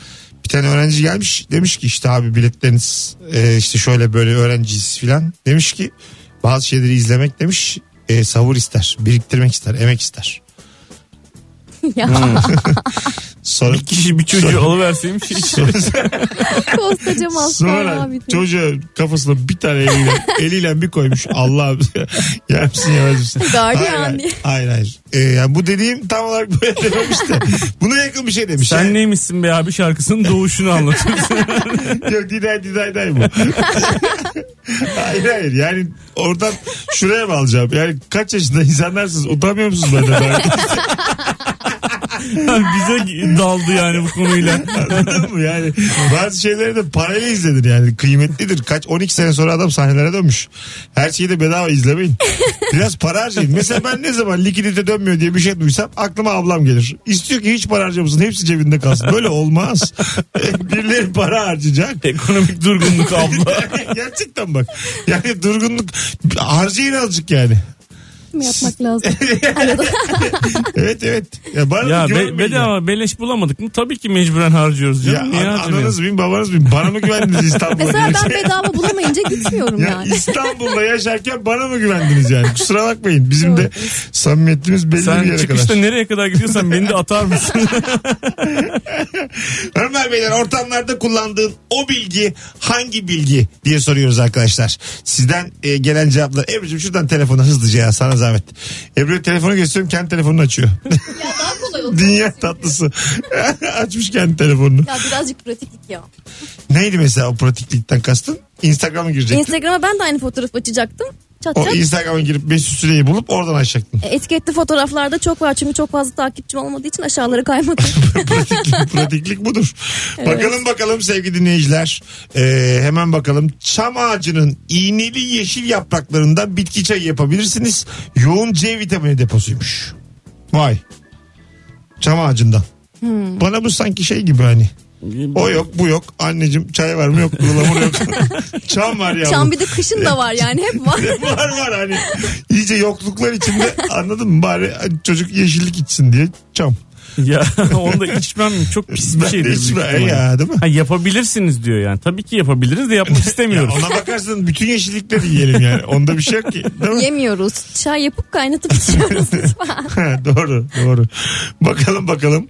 [SPEAKER 2] Bir tane öğrenci gelmiş demiş ki işte abi biletleriniz e, işte şöyle böyle öğrenciyiz filan. Demiş ki bazı şeyleri izlemek demiş e, savur ister, biriktirmek ister, emek ister.
[SPEAKER 4] ya
[SPEAKER 2] Sonra
[SPEAKER 3] Bir kişi bir çocuğu alıverseymiş. hiç.
[SPEAKER 4] koskoca maskara
[SPEAKER 2] Sonra
[SPEAKER 4] abi.
[SPEAKER 2] çocuğa kafasına bir tane eliyle, eliyle bir koymuş. Allah'ım yer misin yemez misin?
[SPEAKER 4] Gardiyan
[SPEAKER 2] hayır, hayır,
[SPEAKER 4] diye.
[SPEAKER 2] hayır hayır. Ee, yani bu dediğim tam olarak böyle dememiş de. Buna yakın bir şey demiş.
[SPEAKER 3] Sen
[SPEAKER 2] Yani-
[SPEAKER 3] neymişsin be abi şarkısının doğuşunu anlatıyorsun.
[SPEAKER 2] Yok diday diday day bu. hayır hayır yani oradan şuraya bağlayacağım. Yani kaç yaşında insanlarsınız utanmıyor musunuz benden? Ben-
[SPEAKER 3] Bize daldı yani bu konuyla.
[SPEAKER 2] Anladın mı? Yani bazı şeyleri de parayla izlenir yani kıymetlidir. Kaç 12 sene sonra adam sahnelere dönmüş. Her şeyi de bedava izlemeyin. Biraz para harcayın. Mesela ben ne zaman likidite dönmüyor diye bir şey duysam aklıma ablam gelir. İstiyor ki hiç para harcamasın hepsi cebinde kalsın. Böyle olmaz. E, Birileri para harcayacak.
[SPEAKER 3] E, Ekonomik durgunluk abla.
[SPEAKER 2] Gerçekten bak. Yani durgunluk harcayın azıcık yani.
[SPEAKER 4] mi yapmak lazım?
[SPEAKER 2] Evet evet. Ya bana
[SPEAKER 3] Ya
[SPEAKER 2] ya,
[SPEAKER 3] be, bedava beleş bulamadık mı? Tabii ki mecburen harcıyoruz
[SPEAKER 2] Ya
[SPEAKER 3] canım. Niye
[SPEAKER 2] an-
[SPEAKER 3] harcamayalım?
[SPEAKER 2] ananız bin babanız bin. Bana mı güvendiniz İstanbul'a?
[SPEAKER 4] Mesela ben
[SPEAKER 2] gelirken?
[SPEAKER 4] bedava bulamayınca gitmiyorum
[SPEAKER 2] Ya
[SPEAKER 4] yani.
[SPEAKER 2] İstanbul'da yaşarken bana mı güvendiniz yani? Kusura bakmayın. Bizim de samimiyetimiz belli bir
[SPEAKER 3] Sen
[SPEAKER 2] yere
[SPEAKER 3] çıkışta
[SPEAKER 2] kadar.
[SPEAKER 3] nereye kadar gidiyorsan beni de atar mısın?
[SPEAKER 2] Ömer Beyler ortamlarda kullandığın o bilgi hangi bilgi diye soruyoruz arkadaşlar. Sizden e, gelen cevaplar. Ebru'cum şuradan telefonu hızlıca ya sana zahmet. Ebru telefonu gösteriyorum kendi telefonunu açıyor. Dünya tatlısı. Açmış kendi telefonunu.
[SPEAKER 4] Ya birazcık pratiklik ya.
[SPEAKER 2] Neydi mesela o pratiklikten kastın? Instagram'a girecektin.
[SPEAKER 4] Instagram'a ben de aynı fotoğraf açacaktım. Çat
[SPEAKER 2] o
[SPEAKER 4] çat.
[SPEAKER 2] Instagram'a girip Mesut Süreyi bulup oradan açacaktın.
[SPEAKER 4] E, Etiketli fotoğraflarda çok var çünkü çok fazla takipçim olmadığı için aşağılara kaymadı.
[SPEAKER 2] pratiklik, pratiklik budur. Bakalım bakalım sevgili dinleyiciler. Ee, hemen bakalım. Çam ağacının iğneli yeşil yapraklarından bitki çayı yapabilirsiniz. Yoğun C vitamini deposuymuş. Vay. Çam ağacından. Bana bu sanki şey gibi hani. O yok bu yok. Anneciğim çay var mı yok. Ilamur yok. Çam var ya.
[SPEAKER 4] Çam bir de kışın da var yani hep var.
[SPEAKER 2] var var hani. İyice yokluklar içinde anladın mı? Bari çocuk yeşillik içsin diye çam.
[SPEAKER 3] ya onu da içmem çok pis bir
[SPEAKER 2] Ben
[SPEAKER 3] şey
[SPEAKER 2] de
[SPEAKER 3] değil.
[SPEAKER 2] içme
[SPEAKER 3] büyük ihtimalle.
[SPEAKER 2] ya değil mi?
[SPEAKER 3] Ha, yapabilirsiniz diyor yani. Tabii ki yapabiliriz de yapmak istemiyoruz.
[SPEAKER 2] Ya ona bakarsan bütün yeşillikleri yiyelim yani. Onda bir şey yok ki. Değil mi?
[SPEAKER 4] Yemiyoruz. Çay yapıp kaynatıp içiyoruz.
[SPEAKER 2] Ha, doğru doğru. Bakalım bakalım.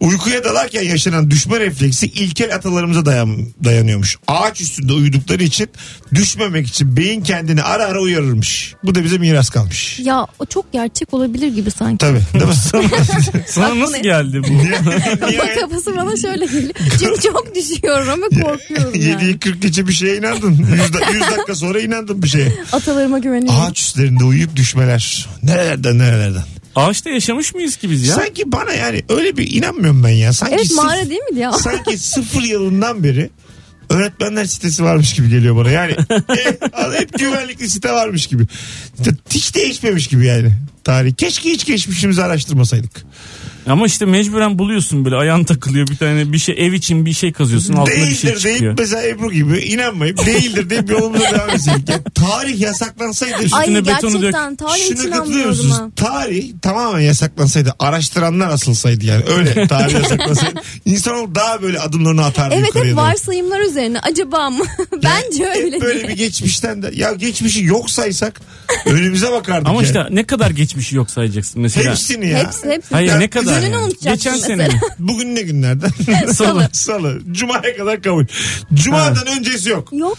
[SPEAKER 2] Uykuya dalarken yaşanan düşme refleksi ilkel atalarımıza dayan, dayanıyormuş. Ağaç üstünde uyudukları için düşmemek için beyin kendini ara ara uyarırmış. Bu da bize miras kalmış.
[SPEAKER 4] ya o çok gerçek olabilir gibi sanki.
[SPEAKER 2] Tabii değil mi?
[SPEAKER 3] Sana nasıl geldi bu?
[SPEAKER 4] Kafa
[SPEAKER 2] Niye?
[SPEAKER 4] kafası bana şöyle geliyor. Çünkü çok düşüyorum ve korkuyorum yani.
[SPEAKER 2] 7'yi 40 geçe bir şeye inandın. 100, da- 100 dakika sonra inandın bir şeye.
[SPEAKER 4] Atalarıma güveniyorum.
[SPEAKER 2] Ağaç üstlerinde uyuyup düşmeler. Nerelerden nerelerden.
[SPEAKER 3] Ağaçta yaşamış mıyız ki biz ya?
[SPEAKER 2] Sanki bana yani öyle bir inanmıyorum ben ya. Sanki
[SPEAKER 4] evet
[SPEAKER 2] sıf-
[SPEAKER 4] mağara değil miydi ya?
[SPEAKER 2] sanki sıfır yılından beri öğretmenler sitesi varmış gibi geliyor bana. Yani hep, hep güvenlikli site varmış gibi. Hiç değişmemiş gibi yani tarih. Keşke hiç geçmişimizi araştırmasaydık.
[SPEAKER 3] Ama işte mecburen buluyorsun böyle ayağın takılıyor bir tane bir şey ev için bir şey kazıyorsun altına bir şey
[SPEAKER 2] değildir deyip
[SPEAKER 3] çıkıyor.
[SPEAKER 2] mesela Ebru gibi inanmayıp değildir deyip yolumuza devam etseydik. Ya tarih yasaklansaydı
[SPEAKER 4] Ay
[SPEAKER 3] üstüne betonu dök.
[SPEAKER 4] gerçekten tarih
[SPEAKER 2] Şunu
[SPEAKER 4] için
[SPEAKER 2] katılıyor
[SPEAKER 4] anlıyorum
[SPEAKER 2] musunuz?
[SPEAKER 4] ha.
[SPEAKER 2] Tarih tamamen yasaklansaydı araştıranlar asılsaydı yani öyle tarih yasaklansaydı insanoğlu daha böyle adımlarını atardı
[SPEAKER 4] Evet
[SPEAKER 2] yukarıya
[SPEAKER 4] hep
[SPEAKER 2] doğru.
[SPEAKER 4] varsayımlar üzerine. Acaba mı? Bence öyle
[SPEAKER 2] Hep böyle bir
[SPEAKER 4] diye.
[SPEAKER 2] geçmişten de ya geçmişi yok saysak önümüze bakardık.
[SPEAKER 3] Ama
[SPEAKER 2] yani.
[SPEAKER 3] işte ne kadar geçmişi yok sayacaksın mesela.
[SPEAKER 2] hepsini ya.
[SPEAKER 4] Hepsi hepsi.
[SPEAKER 3] Hayır
[SPEAKER 2] Ya
[SPEAKER 3] ne kadar
[SPEAKER 4] gününü
[SPEAKER 3] yani?
[SPEAKER 4] unutacaksın
[SPEAKER 3] Geçen
[SPEAKER 4] mesela.
[SPEAKER 3] sene mi?
[SPEAKER 2] Bugün ne günlerden?
[SPEAKER 4] Salı.
[SPEAKER 2] Salı. Cuma'ya kadar kabul. Cuma'dan öncesi yok.
[SPEAKER 4] Yok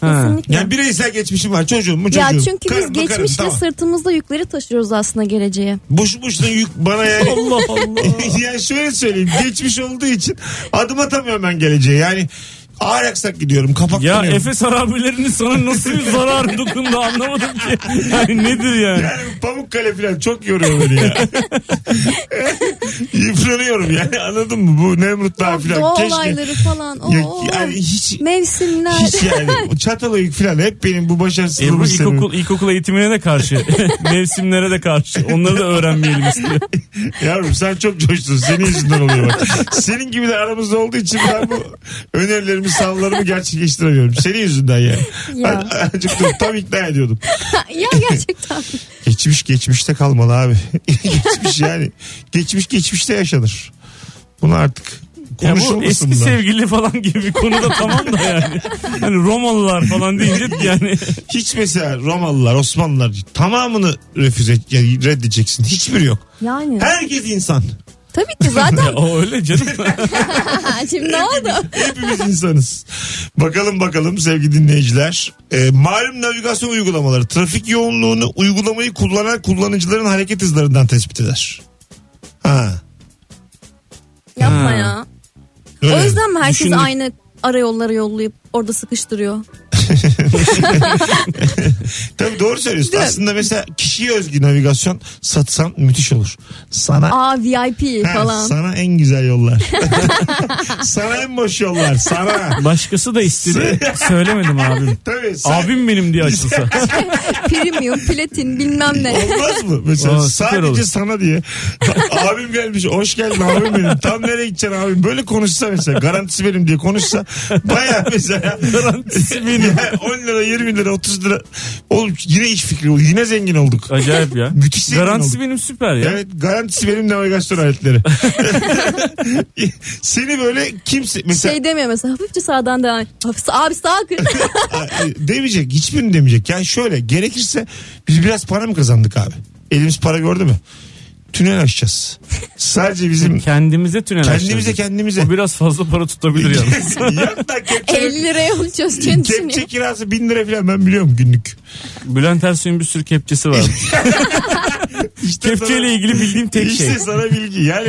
[SPEAKER 3] Ha.
[SPEAKER 4] kesinlikle.
[SPEAKER 2] Yani bireysel geçmişim var çocuğum mu çocuğum.
[SPEAKER 4] ya çünkü
[SPEAKER 2] Karım
[SPEAKER 4] biz
[SPEAKER 2] mı karım,
[SPEAKER 4] geçmişle
[SPEAKER 2] tamam.
[SPEAKER 4] sırtımızda yükleri taşıyoruz aslında geleceğe.
[SPEAKER 2] Boşu boşuna yük bana yani.
[SPEAKER 3] Allah Allah.
[SPEAKER 2] ya şöyle söyleyeyim geçmiş olduğu için adım atamıyorum ben geleceğe yani Ağır aksak gidiyorum.
[SPEAKER 3] Ya
[SPEAKER 2] Kapaklanıyorum.
[SPEAKER 3] Efe sarabelerinin sana nasıl bir zarar dokundu anlamadım ki. Yani nedir yani?
[SPEAKER 2] Yani Pamukkale falan çok yoruyor beni ya. Yıpranıyorum yani anladın mı? Bu Nemrut Dağı
[SPEAKER 4] Of,
[SPEAKER 2] falan.
[SPEAKER 4] Doğa
[SPEAKER 2] Keşke.
[SPEAKER 4] olayları falan.
[SPEAKER 2] Ya,
[SPEAKER 4] Oo.
[SPEAKER 2] yani hiç
[SPEAKER 4] Mevsimler.
[SPEAKER 2] hiç yani Çatalhöyük falan hep benim bu
[SPEAKER 3] Ebru
[SPEAKER 2] başarısızlığımı sebebi.
[SPEAKER 3] ilkokul, ilkokul eğitimine de karşı. Mevsimlere de karşı. Onları da öğrenmeyelim istiyor.
[SPEAKER 2] Yavrum sen çok coştun. Senin yüzünden oluyor bak. Senin gibi de aramızda olduğu için ben bu önerilerimi, savlarımı gerçekleştiremiyorum. Senin yüzünden yani.
[SPEAKER 4] Ya.
[SPEAKER 2] A- Azıcık dur, tam ikna ediyordum.
[SPEAKER 4] ya gerçekten.
[SPEAKER 2] Geçmiş geçmişte kalmalı abi. geçmiş yani. Geçmiş geçmişte yaşanır. Bunu artık
[SPEAKER 3] Ya bu
[SPEAKER 2] konuşulmasın
[SPEAKER 3] eski
[SPEAKER 2] bunlar.
[SPEAKER 3] sevgili falan gibi bir konuda tamam da yani. Hani Romalılar falan deyince yani.
[SPEAKER 2] Hiç mesela Romalılar, Osmanlılar tamamını refüze yani reddedeceksin. Hiçbiri yok.
[SPEAKER 4] Yani.
[SPEAKER 2] Herkes insan.
[SPEAKER 4] Tabii ki zaten.
[SPEAKER 3] Ya o öyle canım.
[SPEAKER 4] Şimdi ne oldu?
[SPEAKER 2] Hepimiz insanız. Bakalım bakalım sevgili dinleyiciler. Ee, malum navigasyon uygulamaları trafik yoğunluğunu uygulamayı kullanan kullanıcıların hareket hızlarından tespit eder. Ha.
[SPEAKER 4] Yapma
[SPEAKER 3] Ha.
[SPEAKER 4] ya.
[SPEAKER 2] öyle.
[SPEAKER 4] O yüzden mi herkes
[SPEAKER 3] Düşündük.
[SPEAKER 4] aynı arayollara yollayıp orada sıkıştırıyor?
[SPEAKER 2] Tabii doğru söylüyorsun.
[SPEAKER 4] Değil mi?
[SPEAKER 2] Aslında mesela kişiye özgü navigasyon satsan müthiş olur. Sana
[SPEAKER 4] Aa VIP
[SPEAKER 2] Ha,
[SPEAKER 4] falan.
[SPEAKER 2] sana en güzel yollar. sana en boş yollar. Sana.
[SPEAKER 3] Başkası da istedi. Söylemedim abim.
[SPEAKER 2] Tabii. sen-
[SPEAKER 3] Abim benim diye açılsa.
[SPEAKER 4] Premium, platin bilmem ne.
[SPEAKER 2] Olmaz mı? Mesela
[SPEAKER 3] Aa, süper
[SPEAKER 2] sadece
[SPEAKER 3] olur.
[SPEAKER 2] sana diye. abim gelmiş hoş geldin abim benim. Tam nereye gideceksin abim? Böyle konuşsa mesela garantisi benim diye konuşsa baya mesela garantisi benim. 10 lira 20 lira 30 lira. Oğlum yine iş fikri oldu. Yine zengin olduk.
[SPEAKER 3] Acayip ya.
[SPEAKER 2] Müthiş zengin
[SPEAKER 3] Garantisi
[SPEAKER 2] olduk.
[SPEAKER 3] benim süper ya.
[SPEAKER 2] Evet garantisi benim navigasyon aletleri. Seni böyle kimse mesela
[SPEAKER 4] Şey demiyor mesela hafifçe sağdan devam. Hafif, abi sağ kır.
[SPEAKER 3] Şey-
[SPEAKER 2] e, demeyecek hiçbirini demeyecek. Yani şöyle gerekirse biz biraz para mı kazandık abi? Elimiz para gördü mü? Tünel açacağız. Sadece bizim
[SPEAKER 3] Kendimize tünel
[SPEAKER 2] Kendimize
[SPEAKER 3] açtırdık.
[SPEAKER 2] kendimize.
[SPEAKER 3] O biraz fazla para tutabilir yalnız.
[SPEAKER 2] Yok da kepçe,
[SPEAKER 4] 50 liraya uçacağız diye
[SPEAKER 2] kepçe
[SPEAKER 4] düşünüyor.
[SPEAKER 2] kirası bin lira falan ben biliyorum günlük.
[SPEAKER 3] Bülent Ersoy'un bir sürü kepçesi var.
[SPEAKER 2] İşte sana-
[SPEAKER 3] Kepçeyle ilgili bildiğim tek
[SPEAKER 2] işte
[SPEAKER 3] şey.
[SPEAKER 2] sana bilgi yani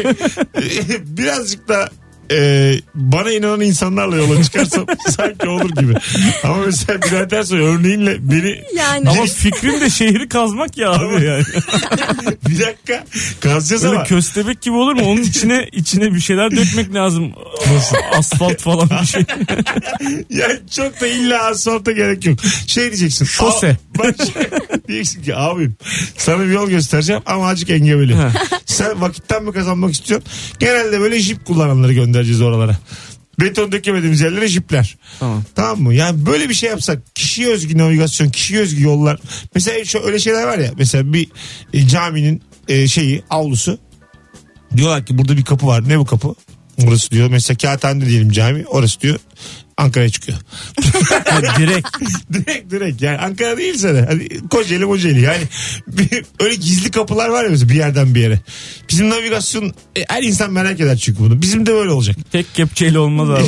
[SPEAKER 2] birazcık da e, bana inanan insanlarla yola çıkarsam sanki olur gibi. Ama mesela Bülent Ersoy örneğinle beni
[SPEAKER 4] Yani.
[SPEAKER 3] Ama fikrim de şehri kazmak ya abi yani.
[SPEAKER 2] bir dakika kazacağız
[SPEAKER 3] Böyle
[SPEAKER 2] ama.
[SPEAKER 3] köstebek gibi olur mu? Onun içine içine bir şeyler dökmek lazım. Asfalt falan bir şey.
[SPEAKER 2] Yani çok da illa asfalta gerek yok. Şey diyeceksin.
[SPEAKER 3] Şose.
[SPEAKER 2] "Aa, bak şey- diyeceksin ki abim sana bir yol göstereceğim ama azıcık engebeli.
[SPEAKER 3] Ha.
[SPEAKER 2] Sen vakitten mi kazanmak istiyorsun? Genelde böyle jip kullananları göndereceğiz oralara. Beton dökemediğimiz yerlere jipler.
[SPEAKER 3] Tamam.
[SPEAKER 2] Tamam mı? Yani böyle bir şey yapsak kişiye özgü navigasyon, kişiye özgü yollar. Mesela şu öyle şeyler var ya. Mesela bir e, caminin e, şeyi avlusu. Diyorlar ki burada bir kapı var. Ne bu kapı? Orası diyor. Mesela Kağıthane diyelim cami. Orası diyor. Ankara'ya çıkıyor.
[SPEAKER 3] Direkt.
[SPEAKER 2] direkt direkt yani Ankara değilse de hani Kocaeli Mocaeli yani bir- öyle gizli kapılar var ya mesela bir yerden bir yere. Bizim navigasyon e, her insan merak eder çünkü bunu. Bizim de böyle olacak.
[SPEAKER 3] Tek kepçeyle olmaz abi.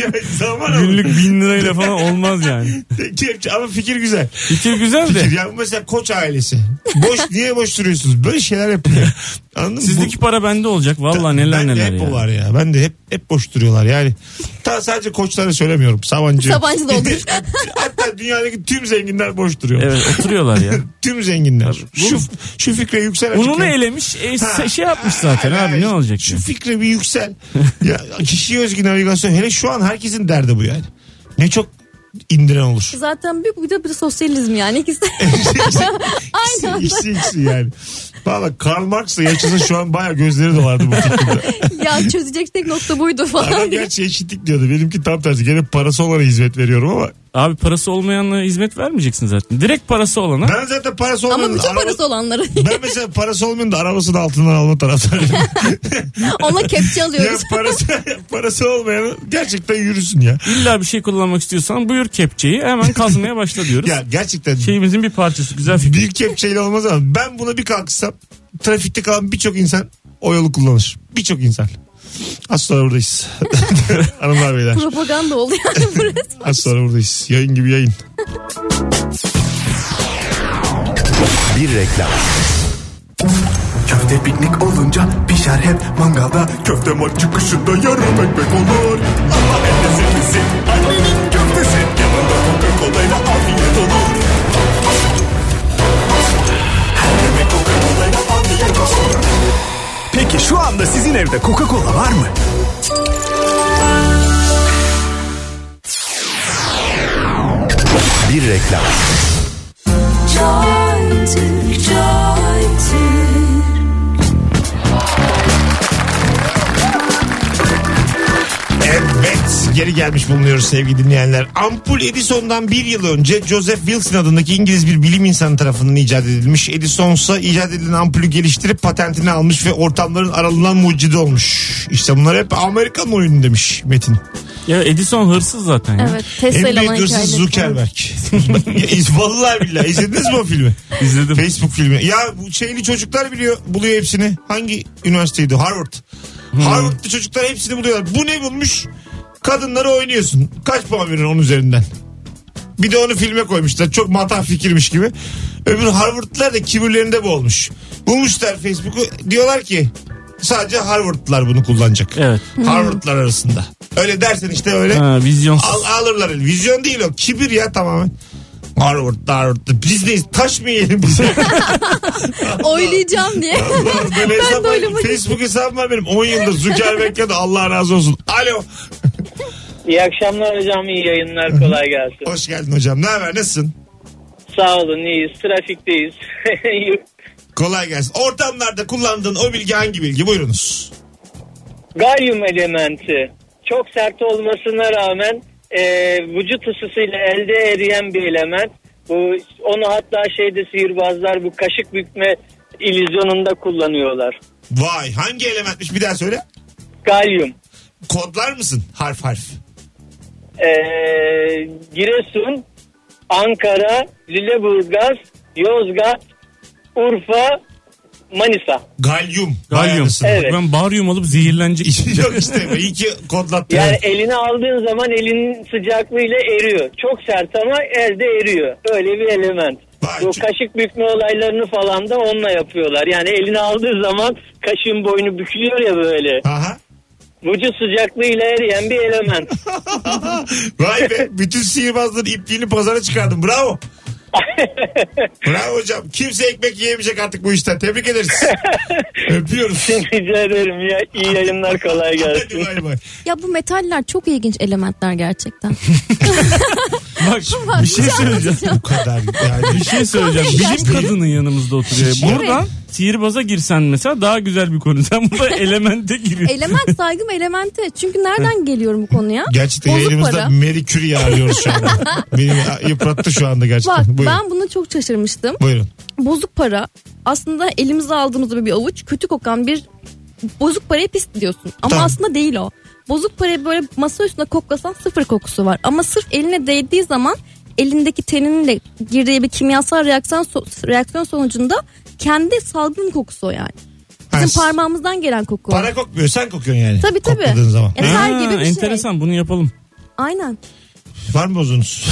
[SPEAKER 2] Ya, zaman alır.
[SPEAKER 3] Günlük bin lirayla falan olmaz yani.
[SPEAKER 2] Kepçe- Ama fikir güzel.
[SPEAKER 3] Fikir güzel de.
[SPEAKER 2] Fikir. Yani mesela koç ailesi. Boş niye boş duruyorsunuz? Böyle şeyler yapıyor. Anladın mı? Bu-
[SPEAKER 3] Sizdeki para bende olacak. Valla neler
[SPEAKER 2] Bende
[SPEAKER 3] neler
[SPEAKER 2] hep
[SPEAKER 3] ya.
[SPEAKER 2] o var ya. Ben de hep hep boş duruyorlar yani. Ta sadece koçlara söylemiyorum. Sabancı.
[SPEAKER 4] Sabancı da olur.
[SPEAKER 2] Hatta dünyadaki tüm zenginler boş duruyor.
[SPEAKER 3] Evet oturuyorlar ya.
[SPEAKER 2] Tüm zenginler.
[SPEAKER 3] Bu-
[SPEAKER 2] Şu, şu fikre yüksel. açık
[SPEAKER 3] Ununu
[SPEAKER 2] ya.
[SPEAKER 3] elemiş e,
[SPEAKER 2] Ha.
[SPEAKER 3] şey yapmış zaten
[SPEAKER 2] Ay,
[SPEAKER 3] abi
[SPEAKER 2] ay,
[SPEAKER 3] ne olacak
[SPEAKER 2] Şu
[SPEAKER 3] ya?
[SPEAKER 2] fikre bir yüksel. ya, kişiye özgü navigasyon. Hele şu an herkesin derdi bu yani. Ne çok indiren olur.
[SPEAKER 4] Zaten bir bu da bir sosyalizm yani. İkisi de
[SPEAKER 2] Aynen. İkisi ikisi yani. Valla Karl Marx'la yaşasa şu an baya gözleri dolardı bu fikirde.
[SPEAKER 4] ya çözecek tek nokta buydu
[SPEAKER 2] Adam
[SPEAKER 4] falan diye.
[SPEAKER 2] gerçi eşitlik diyordu. Benimki tam tersi. Gene parası olana hizmet veriyorum ama
[SPEAKER 3] Abi parası olmayanlara hizmet vermeyeceksin zaten. Direkt parası olana.
[SPEAKER 2] ben zaten parası olmayan...
[SPEAKER 4] Ama bütün
[SPEAKER 2] araba-
[SPEAKER 4] parası olanları.
[SPEAKER 2] Ben mesela parası olmayan da arabasını altından alma taraftarıyım.
[SPEAKER 4] Ona kepçe
[SPEAKER 2] ya
[SPEAKER 4] alıyoruz.
[SPEAKER 2] parası, parası olmayan gerçekten yürüsün ya.
[SPEAKER 3] İlla bir şey kullanmak istiyorsan buyur kepçeyi hemen kazmaya başla diyoruz.
[SPEAKER 2] Ya gerçekten
[SPEAKER 3] Şeyimizin bir parçası güzel fikir.
[SPEAKER 2] büyük kepçeyle olmaz ama ben buna bir kalksam trafikte kalan birçok insan o yolu kullanır. Birçok insan. Az sonra buradayız. Hanımlar beyler.
[SPEAKER 4] Propaganda oldu yani burası.
[SPEAKER 2] Az sonra buradayız. Yayın gibi yayın.
[SPEAKER 9] Bir reklam. Köfte piknik olunca pişer hep mangalda Köfte maç çıkışında yarım ekmek olur Ama elde anda sizin evde Coca-Cola var mı? Bir reklam.
[SPEAKER 10] Joy Türk, Joy Türk.
[SPEAKER 2] Evet geri gelmiş bulunuyoruz sevgili dinleyenler. Ampul Edison'dan bir yıl önce Joseph Wilson adındaki İngiliz bir bilim insanı tarafından icat edilmiş. Edison ise icat edilen ampulü geliştirip patentini almış ve ortamların aralılan mucidi olmuş. İşte bunlar hep Amerikan oyunu demiş Metin.
[SPEAKER 3] Ya Edison hırsız zaten ya.
[SPEAKER 4] Evet
[SPEAKER 2] En
[SPEAKER 4] Tesla ile olan
[SPEAKER 2] büyük hırsız
[SPEAKER 4] hikayeleri.
[SPEAKER 2] Zuckerberg. Vallahi billahi izlediniz mi o filmi?
[SPEAKER 3] İzledim.
[SPEAKER 2] Facebook filmi. Ya bu şeyli çocuklar biliyor buluyor hepsini. Hangi üniversiteydi? Harvard.
[SPEAKER 3] Hmm.
[SPEAKER 2] Harvard'lı çocuklar hepsini buluyorlar. Bu ne bulmuş? Kadınları oynuyorsun. Kaç puan verin onun üzerinden? Bir de onu filme koymuşlar. Çok matah fikirmiş gibi. Öbür Harvard'lılar da kibirlerinde boğulmuş. Bulmuşlar Facebook'u. Diyorlar ki sadece Harvard'lılar bunu kullanacak.
[SPEAKER 3] Evet.
[SPEAKER 2] Harvard'lılar arasında. Öyle dersen işte öyle.
[SPEAKER 3] Ha, vizyonsuz.
[SPEAKER 2] Al, alırlar. el. Vizyon değil o. Kibir ya tamamen. Harvard, Harvard. Biz neyiz? Taş mı yiyelim biz?
[SPEAKER 4] Oylayacağım diye.
[SPEAKER 2] Böyle hesap
[SPEAKER 4] de
[SPEAKER 2] var.
[SPEAKER 4] oynamak
[SPEAKER 2] Facebook hesabım var benim. 10 yıldır Zuckerberg'le de Allah razı olsun. Alo.
[SPEAKER 11] İyi akşamlar hocam, iyi yayınlar, kolay gelsin.
[SPEAKER 2] Hoş geldin hocam. Ne haber? Nasılsın?
[SPEAKER 11] Sağ olun, iyiyiz, trafikteyiz.
[SPEAKER 2] Kolay gelsin. Ortamlarda kullandığın o bilgi hangi bilgi? Buyurunuz.
[SPEAKER 11] Galyum elementi çok sert olmasına rağmen e, vücut ısısıyla elde eriyen bir element. Bu onu hatta şeyde sihirbazlar bu kaşık bükme illüzyonunda kullanıyorlar.
[SPEAKER 2] Vay hangi elementmiş bir daha söyle.
[SPEAKER 11] Galyum.
[SPEAKER 2] Kodlar mısın? Harf harf.
[SPEAKER 11] E, Giresun, Ankara, Lüleburgaz, Yozgat, Urfa, Manisa.
[SPEAKER 2] Galyum. Vay
[SPEAKER 3] Galyum.
[SPEAKER 2] anasını.
[SPEAKER 11] Evet.
[SPEAKER 3] Ben baryum alıp zehirlenecek.
[SPEAKER 2] Yok işte iyi ki kodlattın.
[SPEAKER 11] Yani eline aldığın zaman elinin sıcaklığıyla eriyor. Çok sert ama elde eriyor. Öyle bir element.
[SPEAKER 2] Vay,
[SPEAKER 11] Bu
[SPEAKER 2] çok-
[SPEAKER 11] kaşık bükme olaylarını falan da onunla yapıyorlar. Yani elini aldığı zaman kaşığın boynu bükülüyor ya böyle.
[SPEAKER 2] Aha.
[SPEAKER 11] Vücut sıcaklığıyla eriyen bir element.
[SPEAKER 2] Vay be bütün sihirbazların ipliğini pazara çıkardım. Bravo. Bravo hocam. Kimse ekmek yiyemeyecek artık bu işten. Tebrik ederiz. Öpüyoruz.
[SPEAKER 11] Rica ederim ya. İyi yayınlar kolay
[SPEAKER 2] Hadi
[SPEAKER 11] gelsin.
[SPEAKER 2] bay bay.
[SPEAKER 4] Ya bu metaller çok ilginç elementler gerçekten.
[SPEAKER 3] Bak bir şey söyleyeceğim.
[SPEAKER 2] Bu kadar yani.
[SPEAKER 3] Bir şey söyleyeceğim. Bilim kadını yanımızda oturuyor.
[SPEAKER 2] Evet.
[SPEAKER 3] Buradan sihirbaza girsen mesela daha güzel bir konu. Sen burada elemente giriyorsun.
[SPEAKER 4] Element saygım elemente. Çünkü nereden geliyorum bu konuya?
[SPEAKER 2] Gerçekten
[SPEAKER 4] Bozuk
[SPEAKER 2] yayınımızda
[SPEAKER 4] para.
[SPEAKER 2] Marie Curie'yi arıyoruz şu anda. Beni yıprattı şu anda gerçekten.
[SPEAKER 4] Bak
[SPEAKER 2] Buyurun.
[SPEAKER 4] ben bunu çok şaşırmıştım.
[SPEAKER 2] Buyurun.
[SPEAKER 4] Bozuk para aslında elimize aldığımızda bir avuç kötü kokan bir bozuk paraya pis diyorsun. Ama
[SPEAKER 2] Tamam.
[SPEAKER 4] aslında değil o. Bozuk parayı böyle masa üstünde koklasan sıfır kokusu var. Ama sırf eline değdiği zaman elindeki teninle girdiği bir kimyasal reaksiyon, so- reaksiyon sonucunda kendi salgın kokusu o yani.
[SPEAKER 2] Ha,
[SPEAKER 4] Bizim parmağımızdan gelen koku. o.
[SPEAKER 2] Para kokmuyor sen kokuyorsun yani.
[SPEAKER 4] Tabii, tabii.
[SPEAKER 2] Kokladığın zaman.
[SPEAKER 4] E, Eser
[SPEAKER 3] Ha,
[SPEAKER 4] gibi bir şey.
[SPEAKER 3] enteresan bunu yapalım.
[SPEAKER 4] Aynen.
[SPEAKER 2] Var mı bozunuz?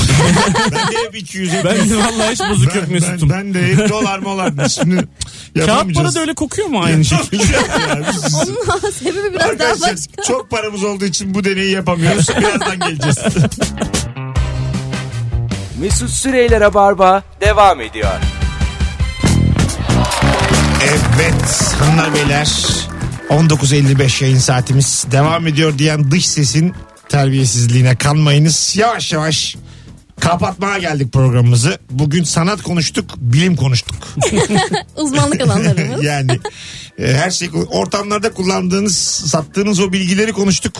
[SPEAKER 2] ben de hep 200 hep-
[SPEAKER 3] Ben de vallahi hiç bozuk yok
[SPEAKER 2] ben, ben,
[SPEAKER 3] Mesut'um.
[SPEAKER 2] ben de hep dolar molar. Şimdi
[SPEAKER 3] Kağıt para
[SPEAKER 2] yapamayacağız.
[SPEAKER 3] da öyle kokuyor mu aynı şey?
[SPEAKER 2] şekilde.
[SPEAKER 4] Onun sebebi biraz daha
[SPEAKER 2] Arkadaşlar
[SPEAKER 4] başka.
[SPEAKER 2] çok paramız olduğu için bu deneyi yapamıyoruz. Birazdan geleceğiz.
[SPEAKER 1] Mesut Süreyler'e barba devam ediyor.
[SPEAKER 2] evet hanımlar beyler 19.55 yayın saatimiz devam ediyor diyen dış sesin terbiyesizliğine kanmayınız. Yavaş yavaş kapatmaya geldik programımızı. Bugün sanat konuştuk, bilim konuştuk.
[SPEAKER 4] Uzmanlık alanlarımız.
[SPEAKER 2] yani e, her şey ortamlarda kullandığınız sattığınız o bilgileri konuştuk.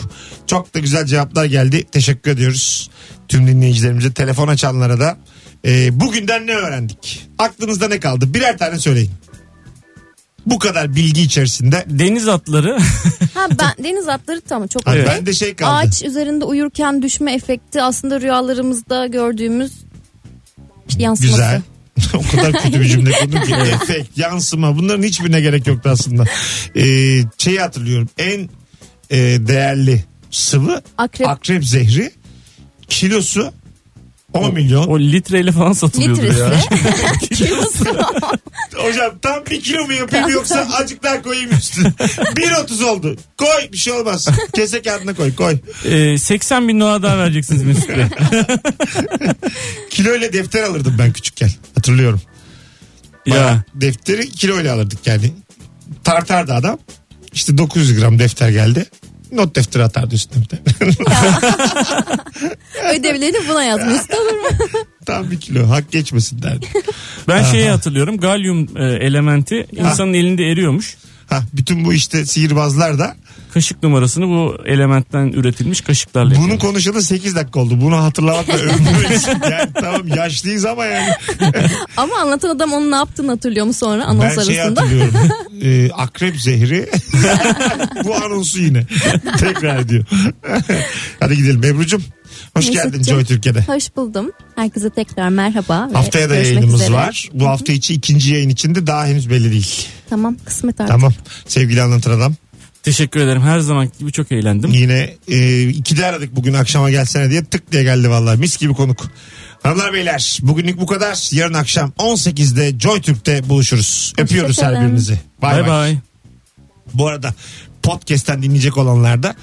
[SPEAKER 2] Çok da güzel cevaplar geldi. Teşekkür ediyoruz tüm dinleyicilerimize telefon açanlara da. E, bugünden ne öğrendik? Aklınızda ne kaldı? Birer tane söyleyin. Bu kadar bilgi içerisinde.
[SPEAKER 3] Deniz atları.
[SPEAKER 4] Ha ben deniz atları tamam çok
[SPEAKER 2] Ha,
[SPEAKER 4] iyi.
[SPEAKER 2] Ben de şey kaldı.
[SPEAKER 4] Ağaç üzerinde uyurken düşme efekti aslında rüyalarımızda gördüğümüz yansıması.
[SPEAKER 2] Güzel. o kadar kötü bir cümle kurdum ki. Efekt, yansıma bunların hiçbirine gerek yoktu aslında. Ee, şeyi hatırlıyorum en e, değerli sıvı akrep,
[SPEAKER 4] Akrep.
[SPEAKER 2] zehri kilosu 10 milyon.
[SPEAKER 3] O litreyle falan satılıyordu ya.
[SPEAKER 4] Litresi. Kilosu.
[SPEAKER 2] Hocam tam bir kilo mu yapayım yoksa azıcık daha koyayım üstüne. 1.30 oldu. Koy bir şey olmaz. Kese kağıdına koy koy.
[SPEAKER 3] Ee, 80 bin dolar daha vereceksiniz Mesut Bey.
[SPEAKER 2] Kiloyla defter alırdım ben küçükken. Hatırlıyorum. Bayağı
[SPEAKER 3] ya.
[SPEAKER 2] Defteri kiloyla alırdık yani. Tartardı adam. İşte 900 gram defter geldi. Not defteri atardı üstüne bir de.
[SPEAKER 4] Ödevlerini buna yazmışsın olur mu?
[SPEAKER 2] Tam bir kilo hak geçmesin derdi.
[SPEAKER 3] Ben
[SPEAKER 2] Aha.
[SPEAKER 3] şeyi hatırlıyorum. Galyum e, elementi insanın elinde eriyormuş.
[SPEAKER 2] Ha, bütün bu işte sihirbazlar da
[SPEAKER 3] Kaşık numarasını bu elementten üretilmiş kaşıklarla
[SPEAKER 2] bunun
[SPEAKER 3] yapıyor.
[SPEAKER 2] konuşalı 8 dakika oldu. Bunu hatırlamakla ömrümüz. Yani tamam yaşlıyız ama yani.
[SPEAKER 4] Ama anlatan adam onun ne yaptığını hatırlıyor mu sonra
[SPEAKER 2] ben
[SPEAKER 4] anons
[SPEAKER 2] şeyi
[SPEAKER 4] arasında?
[SPEAKER 2] hatırlıyorum. Ee, akrep zehri. bu anonsu yine. Tekrar ediyor. Hadi gidelim Ebru'cum. Hoş geldin
[SPEAKER 4] Mesut'cum.
[SPEAKER 2] Joy Türkiye'de.
[SPEAKER 4] Hoş buldum. Herkese tekrar merhaba. ve
[SPEAKER 2] Haftaya da
[SPEAKER 4] görüşmek
[SPEAKER 2] yayınımız
[SPEAKER 4] üzere.
[SPEAKER 2] var. Bu hafta içi ikinci yayın içinde daha henüz belli değil.
[SPEAKER 4] Tamam kısmet artık.
[SPEAKER 2] Tamam. Sevgili anlatan adam.
[SPEAKER 3] Teşekkür ederim. Her zaman gibi çok eğlendim.
[SPEAKER 2] Yine e, ikide aradık bugün akşama gelsene diye tık diye geldi vallahi mis gibi konuk. Hanımlar beyler bugünlük bu kadar. Yarın akşam 18'de Joy Türk'te buluşuruz. Öpüyoruz her
[SPEAKER 4] Hoşçakalın.
[SPEAKER 2] birinizi. Bay
[SPEAKER 3] Bay
[SPEAKER 2] bay.
[SPEAKER 3] bay.
[SPEAKER 2] Bu arada podcast'ten dinleyecek olanlar da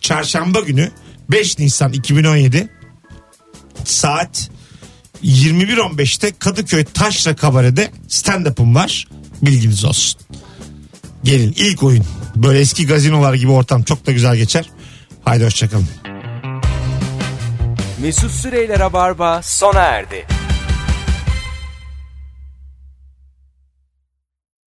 [SPEAKER 2] çarşamba günü 5 Nisan 2017 saat 21.15'te Kadıköy Taşra Kabare'de stand-up'ım var. Bilginiz olsun. Gelin ilk oyun. Böyle eski gazinolar gibi ortam çok da güzel geçer. Haydi hoşçakalın.
[SPEAKER 1] Mesut Süreyler'e barba sona erdi.